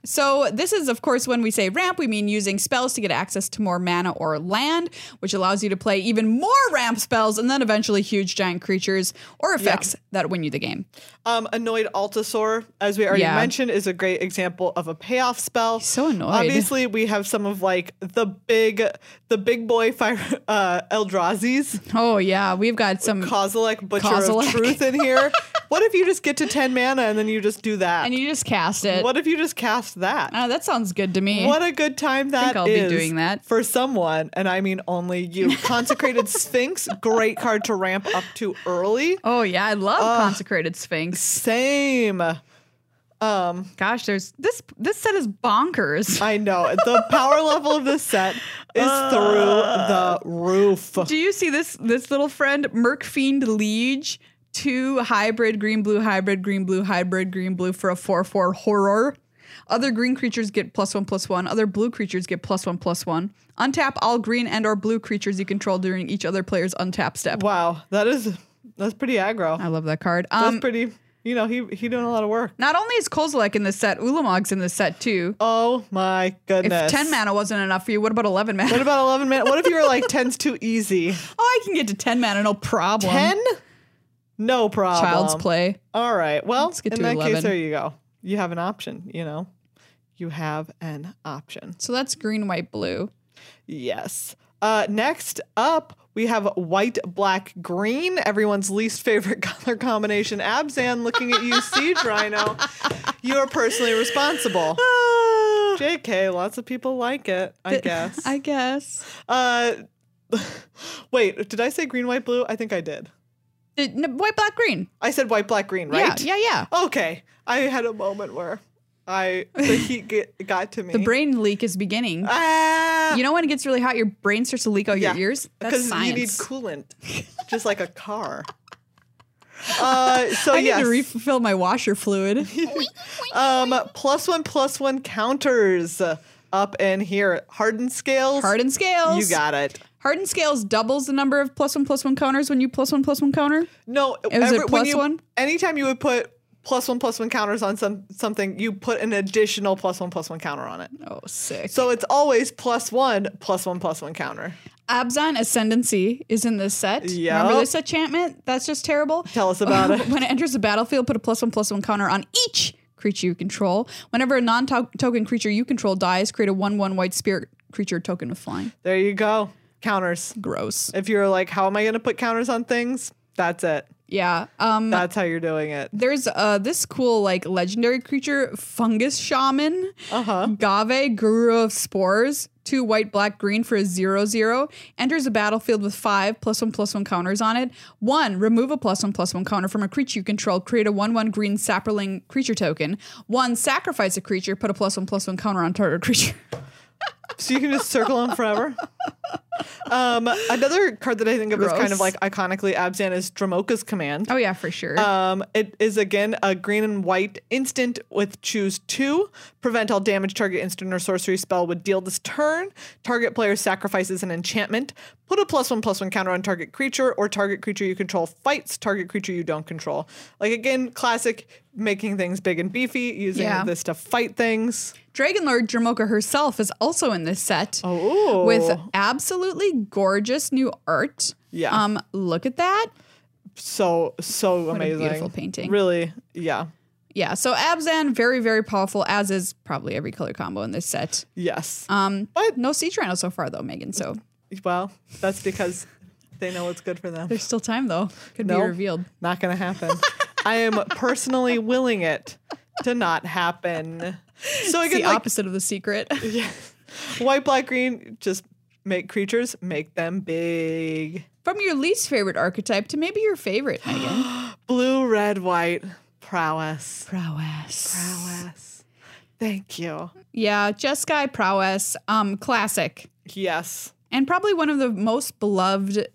[SPEAKER 1] So, this is, of course, when we say ramp, we mean using spells to get access to more mana or land, which allows you to play even more ramp spells and then eventually huge giant creatures or effects that win you the game.
[SPEAKER 2] Um, annoyed Altasaur, as we already
[SPEAKER 1] Yeah.
[SPEAKER 2] mentioned, is a great example of a payoff spell.
[SPEAKER 1] so annoyed.
[SPEAKER 2] Obviously, we have some of like the big, the big boy fire uh, Eldrazi's
[SPEAKER 1] Oh, yeah. We've got some.
[SPEAKER 2] Kozilek Butcher
[SPEAKER 1] Kozilek.
[SPEAKER 2] of Truth in here. what if you just get to ten mana and then you just do that?
[SPEAKER 1] and you just cast it.
[SPEAKER 2] what if you just cast that?
[SPEAKER 1] Oh, that sounds good to me.
[SPEAKER 2] What a good time that is!
[SPEAKER 1] I'll be doing that.
[SPEAKER 2] for someone, and I mean only you. Consecrated Sphinx, great card to ramp up to early.
[SPEAKER 1] Oh, yeah. I love Consecrated Sphinx.
[SPEAKER 2] Same. Um,
[SPEAKER 1] Gosh, there's this this set is bonkers.
[SPEAKER 2] I know the power level of this set is
[SPEAKER 1] Uh.
[SPEAKER 2] through the roof.
[SPEAKER 1] Do you see this this little friend, Merc Fiend Liege? Two hybrid green blue hybrid green blue hybrid green blue for a four four horror. Other green creatures get plus one plus one. Other blue creatures get plus one plus one. Untap all green and or blue creatures you control during each other player's untap step.
[SPEAKER 2] Wow, that is that's pretty aggro.
[SPEAKER 1] I love that card.
[SPEAKER 2] That's
[SPEAKER 1] Um,
[SPEAKER 2] pretty. You know, he he doing a lot of work.
[SPEAKER 1] not only is Kozilek in this set, Ulamog's in this set too.
[SPEAKER 2] Oh my
[SPEAKER 1] If
[SPEAKER 2] goodness.
[SPEAKER 1] ten mana wasn't enough for you, what about eleven
[SPEAKER 2] What
[SPEAKER 1] mana?
[SPEAKER 2] about eleven mana? What if you were like ten's too easy?
[SPEAKER 1] Oh, I can get to ten mana, no problem.
[SPEAKER 2] Ten? No problem.
[SPEAKER 1] Child's play.
[SPEAKER 2] All right. Well,
[SPEAKER 1] Let's get
[SPEAKER 2] in
[SPEAKER 1] to
[SPEAKER 2] that
[SPEAKER 1] 11.
[SPEAKER 2] case, there you go. You have an option. You know, you have an option.
[SPEAKER 1] So that's green, white, blue.
[SPEAKER 2] Yes. Uh, next up, we have white, black, green. Everyone's least favorite color combination. Abzan looking at you, Siege Rhino. You're personally responsible. JK, lots of people like it, I guess.
[SPEAKER 1] Ah. I guess.
[SPEAKER 2] Uh, wait, did I say green, white, blue? I think I did.
[SPEAKER 1] It- no, white, black, green.
[SPEAKER 2] I said white, black, green, right?
[SPEAKER 1] Yeah, yeah, yeah.
[SPEAKER 2] Okay, I had a moment where I the heat get, got to me.
[SPEAKER 1] The brain leak is beginning.
[SPEAKER 2] Ah,
[SPEAKER 1] you know when it gets really hot, your brain starts to leak out
[SPEAKER 2] Yeah,
[SPEAKER 1] your ears. That's
[SPEAKER 2] because you
[SPEAKER 1] science.
[SPEAKER 2] need coolant, just like a car. Uh, so
[SPEAKER 1] I need
[SPEAKER 2] yes,
[SPEAKER 1] to refill my washer fluid.
[SPEAKER 2] um, plus one plus one counters uh, up in here. Hardened scales.
[SPEAKER 1] Hardened scales.
[SPEAKER 2] You got it.
[SPEAKER 1] Hardened scales doubles the number of plus one plus one counters when you plus one plus one counter.
[SPEAKER 2] No,
[SPEAKER 1] It was a
[SPEAKER 2] when
[SPEAKER 1] plus
[SPEAKER 2] you-
[SPEAKER 1] one?
[SPEAKER 2] Anytime you would put plus one plus one counters on some something, you put an additional plus one plus one counter on it.
[SPEAKER 1] Oh, sick. So
[SPEAKER 2] So it's always plus one plus one plus one counter.
[SPEAKER 1] Abzan Ascendancy is in this set.
[SPEAKER 2] Yep.
[SPEAKER 1] Remember this enchantment? That's just terrible.
[SPEAKER 2] Tell us about it.
[SPEAKER 1] when it enters the battlefield, put a plus one plus one counter on each creature you control. Whenever a non-token creature you control dies, create a one-one white spirit creature token with flying.
[SPEAKER 2] There you go. Counters.
[SPEAKER 1] Gross.
[SPEAKER 2] If you're like, how am I going to put counters on things? That's it.
[SPEAKER 1] Yeah. Um.
[SPEAKER 2] That's how you're doing it.
[SPEAKER 1] there's uh this cool like legendary creature, fungus shaman, uh-huh. Gave guru of spores. Two white, black, green for a zero zero. Enters a battlefield with five plus one plus one counters on it. One, remove a plus one plus one counter from a creature you control. Create a one one green sapperling creature token. One, sacrifice a creature. Put a plus one plus one counter on target creature.
[SPEAKER 2] So you can just circle them forever. Um, another card that I think of is kind
[SPEAKER 1] Gross.
[SPEAKER 2] of like iconically Abzan is Dramoka's Command.
[SPEAKER 1] Oh yeah, for sure.
[SPEAKER 2] Um, it is again a green and white instant with choose two. Prevent all damage target instant or sorcery spell would deal this turn. Target player sacrifices an enchantment. Put a plus one plus one counter on target creature or target creature you control fights target creature you don't control. Like again, classic making things big and beefy, using
[SPEAKER 1] Yeah.
[SPEAKER 2] this to fight things.
[SPEAKER 1] Dragon Lord Dramoka herself is also in this set
[SPEAKER 2] Ooh.
[SPEAKER 1] with absolutely gorgeous new art.
[SPEAKER 2] Oh. Yeah.
[SPEAKER 1] Um, look at that.
[SPEAKER 2] so so
[SPEAKER 1] a
[SPEAKER 2] amazing.
[SPEAKER 1] beautiful painting.
[SPEAKER 2] Really, yeah.
[SPEAKER 1] Yeah, so Abzan, very, very powerful, as is probably every color combo in this set.
[SPEAKER 2] Yes.
[SPEAKER 1] Um,
[SPEAKER 2] But-
[SPEAKER 1] No Sea Rhino so far, though, Megan, so
[SPEAKER 2] well, that's because they know what's good for them.
[SPEAKER 1] there's still time, though. Could
[SPEAKER 2] No.
[SPEAKER 1] be revealed.
[SPEAKER 2] Not going to happen. I am personally willing it to not happen. So I
[SPEAKER 1] It's the
[SPEAKER 2] can like,
[SPEAKER 1] opposite of the secret.
[SPEAKER 2] yeah. white, black, green, just make creatures, make them big.
[SPEAKER 1] From your least favorite archetype to maybe your favorite, Megan.
[SPEAKER 2] Blue, red, white, prowess.
[SPEAKER 1] Prowess.
[SPEAKER 2] Prowess. Thank you.
[SPEAKER 1] Yeah, Jeskai Prowess, um, classic.
[SPEAKER 2] Yes.
[SPEAKER 1] And probably one of the most beloved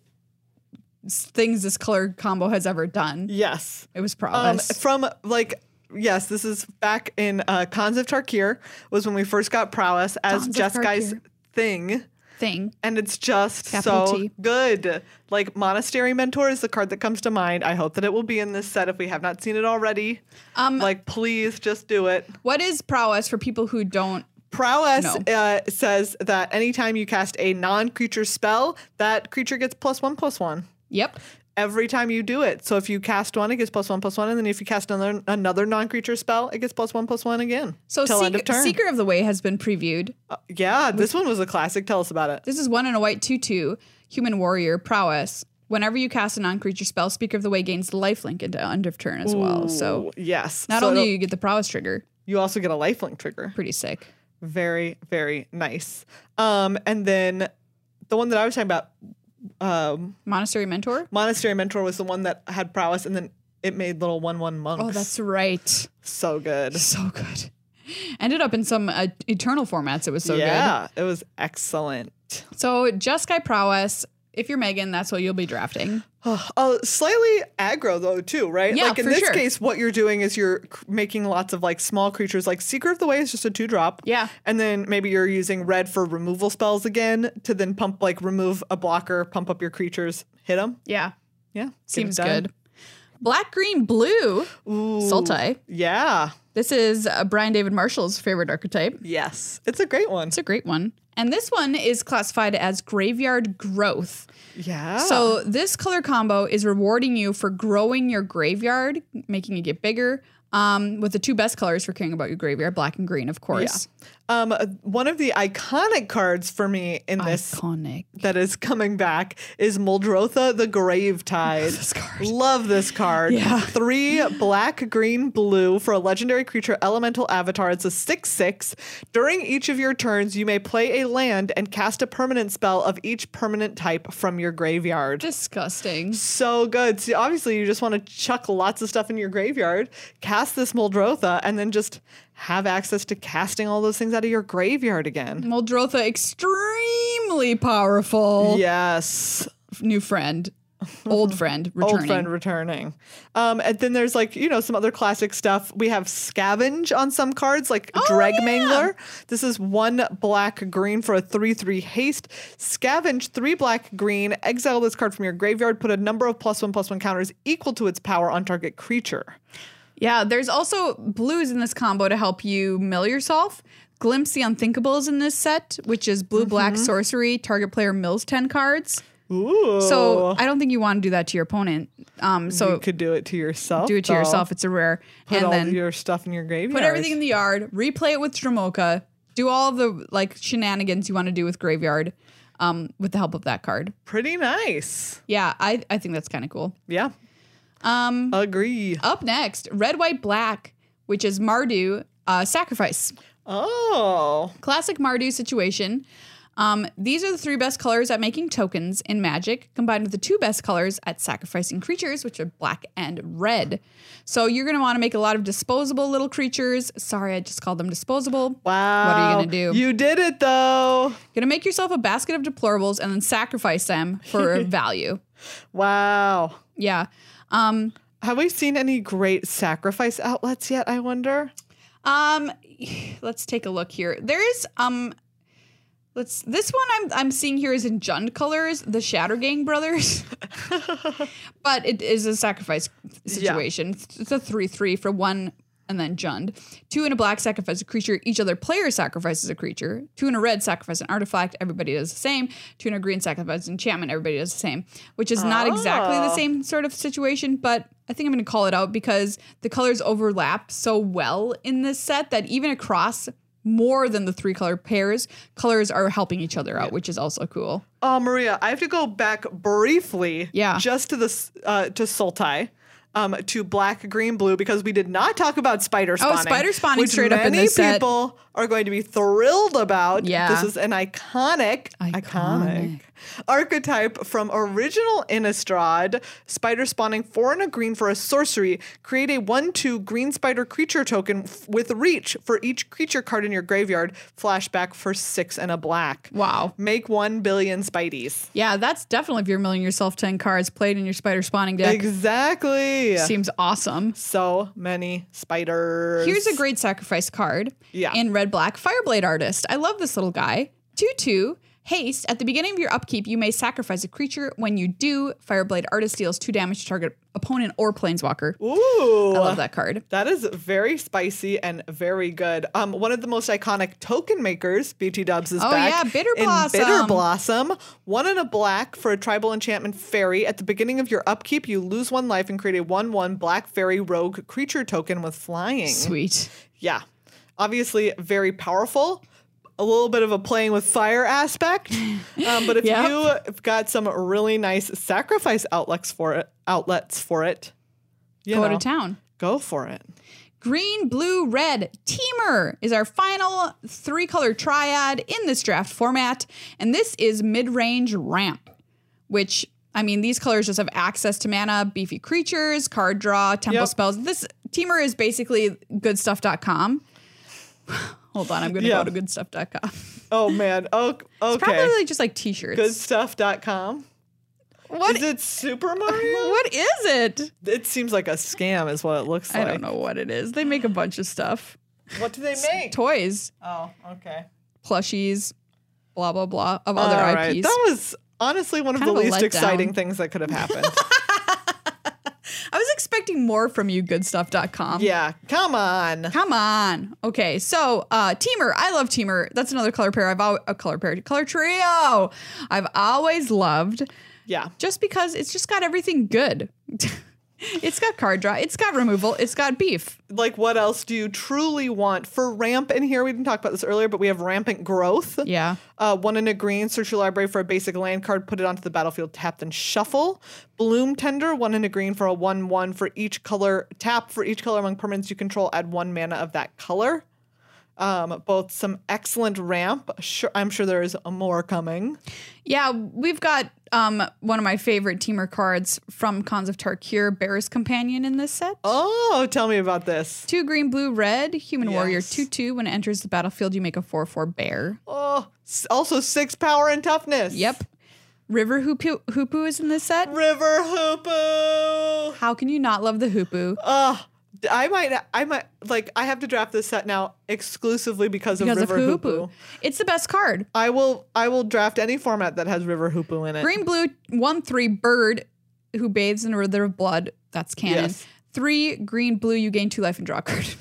[SPEAKER 1] s- things this color combo has ever done.
[SPEAKER 2] Yes.
[SPEAKER 1] It was
[SPEAKER 2] Um,
[SPEAKER 1] Prowess.
[SPEAKER 2] from like yes, this is back in uh, Cons of Tarkir was when we first got prowess as
[SPEAKER 1] Khans of
[SPEAKER 2] Jeskai's
[SPEAKER 1] Tarkir.
[SPEAKER 2] thing,
[SPEAKER 1] thing.
[SPEAKER 2] and it's just
[SPEAKER 1] Capital
[SPEAKER 2] so
[SPEAKER 1] T.
[SPEAKER 2] good. Like Monastery Mentor is the card that comes to mind. I hope that it will be in this set if we have not seen it already.
[SPEAKER 1] Um,
[SPEAKER 2] like please just do it.
[SPEAKER 1] What is Prowess for people who don't?
[SPEAKER 2] Prowess
[SPEAKER 1] No.
[SPEAKER 2] uh, says that anytime you cast a non-creature spell, that creature gets plus one plus one.
[SPEAKER 1] Yep.
[SPEAKER 2] every time you do it. So if you cast one, it gets plus one plus one, and then if you cast another another non creature spell, it gets plus one plus one again.
[SPEAKER 1] So
[SPEAKER 2] till
[SPEAKER 1] Seek-
[SPEAKER 2] end of turn.
[SPEAKER 1] Seeker of the Way has been previewed.
[SPEAKER 2] Uh, yeah, this one was a classic. Tell us about it.
[SPEAKER 1] This is one in a white 2 2, Human Warrior, Prowess. Whenever you cast a non creature spell, Speaker of the Way gains the lifelink into end of turn as well. So
[SPEAKER 2] Ooh, yes,
[SPEAKER 1] not
[SPEAKER 2] So
[SPEAKER 1] only do
[SPEAKER 2] it'll-
[SPEAKER 1] you get the Prowess trigger,
[SPEAKER 2] you also get a lifelink trigger.
[SPEAKER 1] pretty sick.
[SPEAKER 2] Very very nice. Um, and then the one that I was talking about, um,
[SPEAKER 1] Monastery Mentor?
[SPEAKER 2] monastery mentor was the one that had prowess, and then it made little one one monks.
[SPEAKER 1] Oh, that's right.
[SPEAKER 2] so good.
[SPEAKER 1] So good. Ended up in some uh, eternal formats. It was so good.
[SPEAKER 2] yeah, it was excellent.
[SPEAKER 1] So Jeskai Prowess, if you're Megan, that's what you'll be drafting.
[SPEAKER 2] Uh, slightly aggro though too, right?
[SPEAKER 1] Yeah,
[SPEAKER 2] like in
[SPEAKER 1] for
[SPEAKER 2] this
[SPEAKER 1] sure.
[SPEAKER 2] case, what you're doing is you're c- making lots of like small creatures. Like Seeker of the Way is just a two drop.
[SPEAKER 1] Yeah.
[SPEAKER 2] And then maybe you're using red for removal spells again to then pump like remove a blocker, pump up your creatures, hit them.
[SPEAKER 1] Yeah.
[SPEAKER 2] Yeah. get it
[SPEAKER 1] Seems
[SPEAKER 2] done.
[SPEAKER 1] good. Black, green, blue,
[SPEAKER 2] Ooh.
[SPEAKER 1] Sultai.
[SPEAKER 2] Yeah.
[SPEAKER 1] This is uh, Brian David Marshall's favorite archetype.
[SPEAKER 2] Yes. It's a great one.
[SPEAKER 1] It's a great one. And this one is classified as graveyard growth.
[SPEAKER 2] Yeah.
[SPEAKER 1] So this color combo is rewarding you for growing your graveyard, making it get bigger. Um, with the two best colors for caring about your graveyard, black and green, of course.
[SPEAKER 2] um one of the iconic cards for me in this
[SPEAKER 1] Iconic.
[SPEAKER 2] that is coming back is Moldrotha the Grave Tide.
[SPEAKER 1] This card.
[SPEAKER 2] Love this card.
[SPEAKER 1] Yeah.
[SPEAKER 2] Three black, green, blue for a legendary creature elemental avatar. It's a 6 6. During each of your turns, you may play a land and cast a permanent spell of each permanent type from your graveyard.
[SPEAKER 1] Disgusting.
[SPEAKER 2] So good. See, obviously, you just want to chuck lots of stuff in your graveyard, cast this Moldrotha, and then just have access to casting all those things out of your graveyard again.
[SPEAKER 1] Moldrotha, extremely powerful
[SPEAKER 2] Yes.
[SPEAKER 1] new friend, old friend, returning.
[SPEAKER 2] Old friend returning. Um, and then there's like, you know, some other classic stuff. We have Scavenge on some cards, like Dreg Mangler. This is one black green for a 3 3 haste. Scavenge, three black green. Exile this card from your graveyard. Put a number of plus one plus one counters equal to its power on target creature.
[SPEAKER 1] Yeah, there's also blues in this combo to help you mill yourself. Glimpse the Unthinkables in this set, which is blue black
[SPEAKER 2] Mm-hmm.
[SPEAKER 1] sorcery. Target player mills 10 cards.
[SPEAKER 2] Ooh.
[SPEAKER 1] So I don't think you want to do that to your opponent. Um,
[SPEAKER 2] Oh. you
[SPEAKER 1] so
[SPEAKER 2] could do it to yourself.
[SPEAKER 1] do it to
[SPEAKER 2] though.
[SPEAKER 1] yourself. It's a rare.
[SPEAKER 2] Put
[SPEAKER 1] and
[SPEAKER 2] all
[SPEAKER 1] then
[SPEAKER 2] your stuff in your graveyard.
[SPEAKER 1] put everything in the yard, replay it with Stramoka, do all the like shenanigans you want to do with Graveyard um, with the help of that card.
[SPEAKER 2] Pretty nice.
[SPEAKER 1] Yeah, I, I think that's kind of cool.
[SPEAKER 2] Yeah.
[SPEAKER 1] Um,
[SPEAKER 2] Agree.
[SPEAKER 1] Up next, red, white, black, which is Mardu uh, sacrifice.
[SPEAKER 2] Oh.
[SPEAKER 1] Classic Mardu situation. Um, these are the three best colors at making tokens in Magic, combined with the two best colors at sacrificing creatures, which are black and red. So you're going to want to make a lot of disposable little creatures. Sorry, I just called them disposable.
[SPEAKER 2] Wow.
[SPEAKER 1] What are you gonna do?
[SPEAKER 2] You did it though.
[SPEAKER 1] Going to make yourself a basket of deplorables and then sacrifice them for value.
[SPEAKER 2] Wow.
[SPEAKER 1] Yeah. Um,
[SPEAKER 2] Have we seen any great sacrifice outlets yet? I wonder.
[SPEAKER 1] Um, let's take a look here. There is um, let's this one I'm I'm seeing here is in Jund colors, the Shatter Gang brothers, but it is a sacrifice situation. It's a three three for one and then Jund. Two in a black sacrifice a creature. Each other player sacrifices a creature. Two in a red sacrifice an artifact. Everybody does the same. Two in a green sacrifice an enchantment. Everybody does the same, which is not exactly the
[SPEAKER 2] Oh.
[SPEAKER 1] same sort of situation, but I think I'm going to call it out because the colors overlap so well in this set that even across more than the three color pairs, colors are helping each other out, which is also cool.
[SPEAKER 2] Oh, Maria, I have to go back briefly.
[SPEAKER 1] Yeah.
[SPEAKER 2] Just to the s- uh, to Sultai. Um, to black, green, blue, because we did not talk about spider spawning.
[SPEAKER 1] Oh, spider spawning
[SPEAKER 2] which
[SPEAKER 1] straight up in
[SPEAKER 2] many
[SPEAKER 1] this set.
[SPEAKER 2] people are going to be thrilled about.
[SPEAKER 1] Yeah.
[SPEAKER 2] this is an iconic,
[SPEAKER 1] Iconic.
[SPEAKER 2] iconic, archetype from original Innistrad. Spider spawning four and a green for a sorcery. Create a one-two green spider creature token f- with reach for each creature card in your graveyard. Flashback for six and a black.
[SPEAKER 1] Wow.
[SPEAKER 2] Make one billion Spideys.
[SPEAKER 1] Yeah, that's definitely if you're milling yourself 10 cards played in your spider spawning deck.
[SPEAKER 2] Exactly.
[SPEAKER 1] Seems awesome.
[SPEAKER 2] So many spiders.
[SPEAKER 1] Here's a great sacrifice card.
[SPEAKER 2] Yeah.
[SPEAKER 1] In red black, Fireblade Artist. I love this little guy. 2 2. Haste. At the beginning of your upkeep, you may sacrifice a creature. When you do, Fireblade Artist deals two damage to target opponent or planeswalker.
[SPEAKER 2] Ooh.
[SPEAKER 1] I love that card.
[SPEAKER 2] That is very spicy and very good. Um, one of the most iconic token makers, BT Dubs is
[SPEAKER 1] Oh,
[SPEAKER 2] back.
[SPEAKER 1] yeah, Bitter
[SPEAKER 2] in
[SPEAKER 1] Blossom.
[SPEAKER 2] Bitter Blossom. One in a black for a tribal enchantment fairy. At the beginning of your upkeep, you lose one life and create a one-one black fairy rogue creature token with flying.
[SPEAKER 1] Sweet.
[SPEAKER 2] Yeah. Obviously, very powerful. A little bit of a playing with fire aspect. Um, but if
[SPEAKER 1] Yep.
[SPEAKER 2] you've got some really nice sacrifice outlets for it, outlets for it, you
[SPEAKER 1] Go to
[SPEAKER 2] know,
[SPEAKER 1] town.
[SPEAKER 2] go for it.
[SPEAKER 1] Green, blue, red. Teamer is our final three color triad in this draft format. And this is mid range ramp, which, I mean, these colors just have access to mana, beefy creatures, card draw, temple
[SPEAKER 2] Yep.
[SPEAKER 1] spells. This teamer is basically goodstuff.com. Hold on, I'm going to
[SPEAKER 2] Yeah.
[SPEAKER 1] go to goodstuff.com.
[SPEAKER 2] Oh man. Oh, okay.
[SPEAKER 1] Probably just like t shirts.
[SPEAKER 2] Goodstuff.com.
[SPEAKER 1] What,
[SPEAKER 2] Is it Super Mario?
[SPEAKER 1] what is it?
[SPEAKER 2] it seems like a scam, is what it looks
[SPEAKER 1] I
[SPEAKER 2] like.
[SPEAKER 1] don't know what it is. They make a bunch of stuff
[SPEAKER 2] What do they make?
[SPEAKER 1] toys,
[SPEAKER 2] Oh, okay.
[SPEAKER 1] plushies, blah, blah, blah, of other
[SPEAKER 2] All right.
[SPEAKER 1] IPs.
[SPEAKER 2] That was honestly one of
[SPEAKER 1] Kind
[SPEAKER 2] the
[SPEAKER 1] of a
[SPEAKER 2] least
[SPEAKER 1] letdown.
[SPEAKER 2] exciting things that could have happened.
[SPEAKER 1] I was expecting more from you, goodstuff.com.
[SPEAKER 2] yeah. Come on.
[SPEAKER 1] Come on. Okay. So, uh, Teamer. I love Teamer. That's another color pair I've al- a color pair, color trio I've always loved
[SPEAKER 2] Yeah.
[SPEAKER 1] just because it's just got everything good. it's got card draw, it's got removal, it's got beef.
[SPEAKER 2] like what else do you truly want for ramp in here we didn't talk about this earlier but we have rampant growth
[SPEAKER 1] Yeah.
[SPEAKER 2] uh, one in a green search your library for a basic land card put it onto the battlefield tap then shuffle bloom tender one in a green for a 1-1 for each color tap for each color among permanents you control add one mana of that color um, both some excellent ramp sure, i'm sure there is more coming
[SPEAKER 1] Yeah, we've got um one of my favorite teamer cards from Cons of Tarkir, Bear's Companion in this set.
[SPEAKER 2] oh tell me about this
[SPEAKER 1] Two green, blue, red, human warrior,
[SPEAKER 2] Yes.
[SPEAKER 1] two two. When it enters the battlefield, you make a four four bear.
[SPEAKER 2] oh s- also six power and toughness
[SPEAKER 1] Yep. River Hoopoo, Hoopoo is in this set.
[SPEAKER 2] river hoopoo
[SPEAKER 1] How can you not love the Hoopoo?
[SPEAKER 2] Ugh. Oh, I might, I might, like, I have to draft this set now exclusively because,
[SPEAKER 1] Because
[SPEAKER 2] of
[SPEAKER 1] of
[SPEAKER 2] River
[SPEAKER 1] Hoopoo.
[SPEAKER 2] Hoopoo.
[SPEAKER 1] It's the best card.
[SPEAKER 2] I will, I will draft any format that has River Hoopoo in it.
[SPEAKER 1] Green, blue, one, three, bird who bathes in a river of blood. That's canon.
[SPEAKER 2] Yes.
[SPEAKER 1] Three, green, blue, you gain two life and draw a card.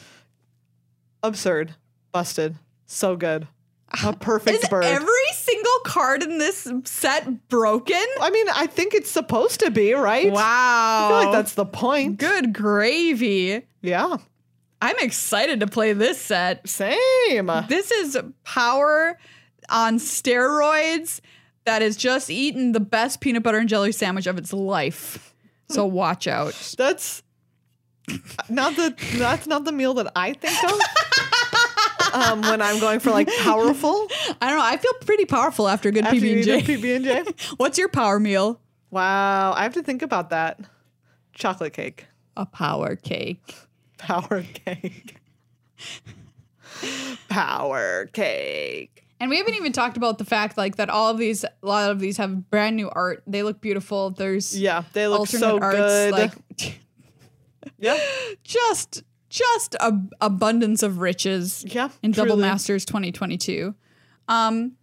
[SPEAKER 2] Absurd, busted, so good, a perfect
[SPEAKER 1] Is
[SPEAKER 2] bird.
[SPEAKER 1] every single card in this set broken?
[SPEAKER 2] I mean, I think it's supposed to be right.
[SPEAKER 1] Wow.
[SPEAKER 2] I feel like that's the point.
[SPEAKER 1] good gravy.
[SPEAKER 2] Yeah,
[SPEAKER 1] I'm excited to play this set.
[SPEAKER 2] same.
[SPEAKER 1] This is power on steroids that has just eaten the best peanut butter and jelly sandwich of its life. So watch out.
[SPEAKER 2] That's not the that's not the meal that I think of. Um, when I'm going for like powerful
[SPEAKER 1] I don't know. I feel pretty powerful after a good
[SPEAKER 2] after
[SPEAKER 1] PB and
[SPEAKER 2] you eat
[SPEAKER 1] J.
[SPEAKER 2] a PB and J,
[SPEAKER 1] What's your power meal?
[SPEAKER 2] Wow, I have to think about that. Chocolate cake,
[SPEAKER 1] A power cake.
[SPEAKER 2] power cake, power cake.
[SPEAKER 1] And we haven't even talked about the fact like that all of these, a lot of these have brand new art. They look beautiful. There's
[SPEAKER 2] Yeah, they look
[SPEAKER 1] alternate
[SPEAKER 2] so
[SPEAKER 1] arts.
[SPEAKER 2] good.
[SPEAKER 1] Like
[SPEAKER 2] yeah,
[SPEAKER 1] just, just a abundance of riches.
[SPEAKER 2] yeah.
[SPEAKER 1] in Double
[SPEAKER 2] truly.
[SPEAKER 1] Masters 2022. Um,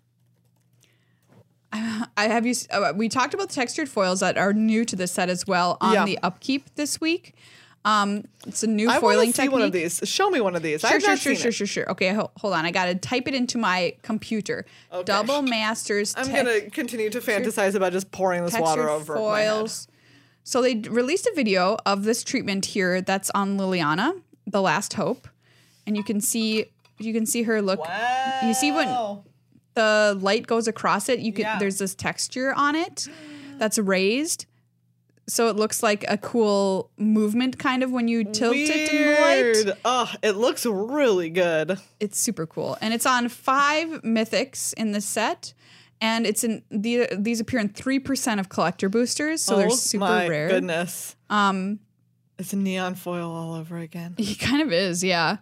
[SPEAKER 1] I I have you. s- Uh, we talked about the textured foils that are new to this set as well on
[SPEAKER 2] Yeah.
[SPEAKER 1] the upkeep this week. Um, it's a new
[SPEAKER 2] I want
[SPEAKER 1] foiling
[SPEAKER 2] to see
[SPEAKER 1] technique.
[SPEAKER 2] one of these. Show me one of these.
[SPEAKER 1] Sure,
[SPEAKER 2] I've
[SPEAKER 1] sure,
[SPEAKER 2] not
[SPEAKER 1] sure,
[SPEAKER 2] seen
[SPEAKER 1] sure,
[SPEAKER 2] it.
[SPEAKER 1] sure, sure. Okay, ho- hold on. I gotta type it into my computer. Double masters.
[SPEAKER 2] I'm
[SPEAKER 1] te-
[SPEAKER 2] gonna continue to fantasize about just pouring this water
[SPEAKER 1] textured
[SPEAKER 2] over my head.
[SPEAKER 1] foils. So they d- released a video of this treatment here that's on Liliana, The Last Hope, and you can see you can see her look. You see when-
[SPEAKER 2] Wow.
[SPEAKER 1] The light goes across it. You can
[SPEAKER 2] Yeah.
[SPEAKER 1] there's this texture on it that's raised. So it looks like a cool movement kind of when you tilt it in the light.
[SPEAKER 2] Weird. Oh, it looks really good.
[SPEAKER 1] It's super cool. And it's on 5 mythics in the set. And it's in the, these appear in 3% of collector boosters, so they're
[SPEAKER 2] Oh
[SPEAKER 1] super
[SPEAKER 2] my
[SPEAKER 1] rare.
[SPEAKER 2] Goodness,
[SPEAKER 1] Um
[SPEAKER 2] it's neon foil all over again.
[SPEAKER 1] He kind of is, yeah.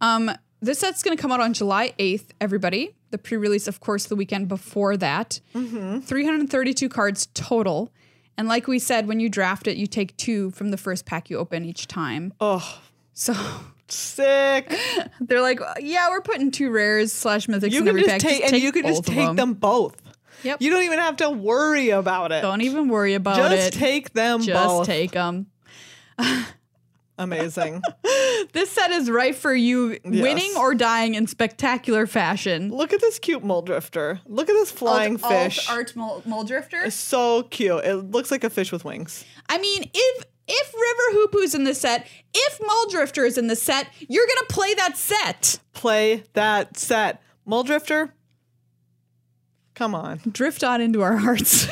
[SPEAKER 1] Um, this set's going to come out on July 8th, everybody. The pre release, of course, the weekend before that.
[SPEAKER 2] Mm-hmm.
[SPEAKER 1] 332 cards total. And like we said, when you draft it, you take two from the first pack you open each time.
[SPEAKER 2] Oh,
[SPEAKER 1] So
[SPEAKER 2] sick!
[SPEAKER 1] they're like, yeah, we're putting two rares slash mythics
[SPEAKER 2] You
[SPEAKER 1] in
[SPEAKER 2] can
[SPEAKER 1] every
[SPEAKER 2] just
[SPEAKER 1] pack.
[SPEAKER 2] take, and you can just
[SPEAKER 1] both of
[SPEAKER 2] take them. both.
[SPEAKER 1] Yep.
[SPEAKER 2] You don't even have to worry about it.
[SPEAKER 1] Don't even worry about
[SPEAKER 2] just
[SPEAKER 1] it.
[SPEAKER 2] take them
[SPEAKER 1] just
[SPEAKER 2] both.
[SPEAKER 1] take them.
[SPEAKER 2] Amazing.
[SPEAKER 1] This set is right for you winning
[SPEAKER 2] Yes.
[SPEAKER 1] or dying in spectacular fashion.
[SPEAKER 2] Look at this cute mole drifter. Look at this flying
[SPEAKER 1] Alt- alt
[SPEAKER 2] fish.
[SPEAKER 1] art mole, mole drifter.
[SPEAKER 2] so cute. It looks like a fish with wings.
[SPEAKER 1] I mean, if if River Hoopoo's in the set, if Mall Drifter is in the set, you're gonna play that set.
[SPEAKER 2] Play that set. Mole drifter. Come on.
[SPEAKER 1] Drift on into our hearts.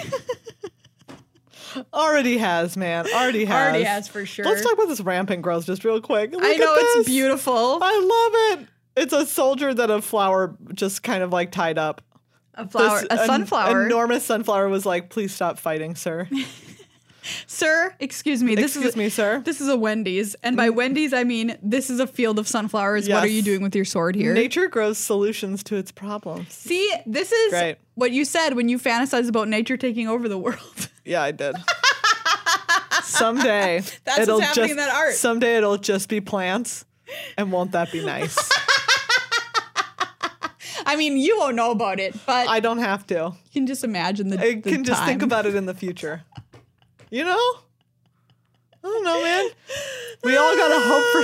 [SPEAKER 2] Already has, man. Already has.
[SPEAKER 1] Already has for sure.
[SPEAKER 2] Let's talk about this rampant growth just real quick. Look
[SPEAKER 1] I
[SPEAKER 2] at
[SPEAKER 1] know
[SPEAKER 2] this.
[SPEAKER 1] it's beautiful.
[SPEAKER 2] I love it. It's a soldier that a flower just kind of like tied up.
[SPEAKER 1] A flower,
[SPEAKER 2] This
[SPEAKER 1] a
[SPEAKER 2] en-
[SPEAKER 1] sunflower.
[SPEAKER 2] enormous sunflower was like, please stop fighting, sir.
[SPEAKER 1] Sir, excuse me. This
[SPEAKER 2] Excuse
[SPEAKER 1] is a,
[SPEAKER 2] me, sir. Mm-hmm.
[SPEAKER 1] This is a Wendy's, and by Wendy's I mean this is a field of sunflowers. What are
[SPEAKER 2] Yes.
[SPEAKER 1] you doing with your sword here?
[SPEAKER 2] Nature grows solutions to its problems.
[SPEAKER 1] See, this is
[SPEAKER 2] Great.
[SPEAKER 1] what you said when you fantasize about nature taking over the world.
[SPEAKER 2] Yeah, I did. someday
[SPEAKER 1] what's
[SPEAKER 2] it'll
[SPEAKER 1] happening
[SPEAKER 2] just
[SPEAKER 1] in that art.
[SPEAKER 2] someday it'll just be plants, and won't that be nice?
[SPEAKER 1] I mean, you won't know about it, but
[SPEAKER 2] I don't have to.
[SPEAKER 1] you can just imagine the.
[SPEAKER 2] I
[SPEAKER 1] the
[SPEAKER 2] can just think
[SPEAKER 1] time.
[SPEAKER 2] about it in the future. You know? I don't know, man. We all gotta hope for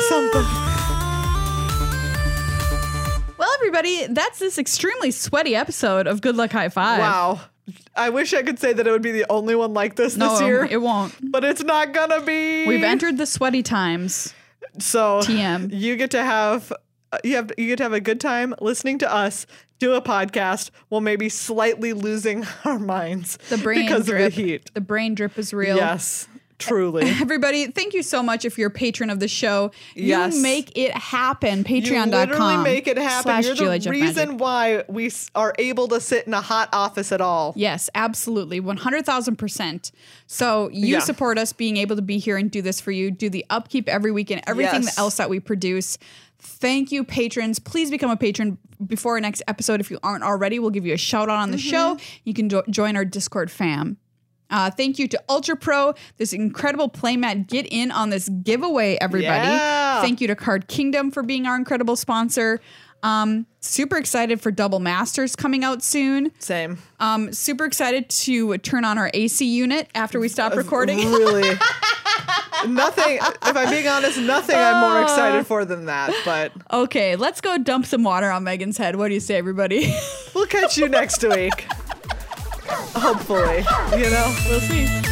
[SPEAKER 2] something.
[SPEAKER 1] Well, everybody, that's this extremely sweaty episode of Good Luck High Five.
[SPEAKER 2] Wow. I wish I could say that it would be the only one like this
[SPEAKER 1] No,
[SPEAKER 2] this year,
[SPEAKER 1] it won't.
[SPEAKER 2] but it's not gonna be.
[SPEAKER 1] We've entered the sweaty times.
[SPEAKER 2] So
[SPEAKER 1] TM.
[SPEAKER 2] you get to have uh, you have you get to have a good time listening to us do a podcast while maybe slightly losing our minds
[SPEAKER 1] The brain
[SPEAKER 2] because
[SPEAKER 1] drip.
[SPEAKER 2] of the heat.
[SPEAKER 1] The brain drip is real.
[SPEAKER 2] Yes, truly.
[SPEAKER 1] Everybody, thank you so much if you're a patron of the show.
[SPEAKER 2] Yes.
[SPEAKER 1] You make it happen.
[SPEAKER 2] You literally
[SPEAKER 1] Patreon.com.
[SPEAKER 2] make it happen.
[SPEAKER 1] slash
[SPEAKER 2] You're
[SPEAKER 1] Julia
[SPEAKER 2] the
[SPEAKER 1] Jeff
[SPEAKER 2] reason
[SPEAKER 1] Magic.
[SPEAKER 2] why we s- are able to sit in a hot office at all.
[SPEAKER 1] Yes, absolutely. 100,000%. So you
[SPEAKER 2] Yeah.
[SPEAKER 1] support us being able to be here and do this for you, do the upkeep every week and everything
[SPEAKER 2] Yes.
[SPEAKER 1] else that we produce. Thank you, patrons. Please become a patron before our next episode. If you aren't already, we'll give you a shout out on the
[SPEAKER 2] Mm-hmm.
[SPEAKER 1] show. You can jo- join our Discord fam. Uh, thank you to Ultra Pro, this incredible playmat. Get in on this giveaway, everybody.
[SPEAKER 2] Yeah.
[SPEAKER 1] Thank you to Card Kingdom for being our incredible sponsor. Um, super excited for Double Masters coming out soon.
[SPEAKER 2] Same.
[SPEAKER 1] Um, super excited to turn on our AC unit after we stop recording.
[SPEAKER 2] Really. nothing. If I'm being honest, nothing I'm
[SPEAKER 1] Oh.
[SPEAKER 2] more excited for than that. But
[SPEAKER 1] okay, let's go dump some water on Megan's head. What do you say, everybody?
[SPEAKER 2] we'll catch you next week. Hopefully, you know.
[SPEAKER 1] we'll see.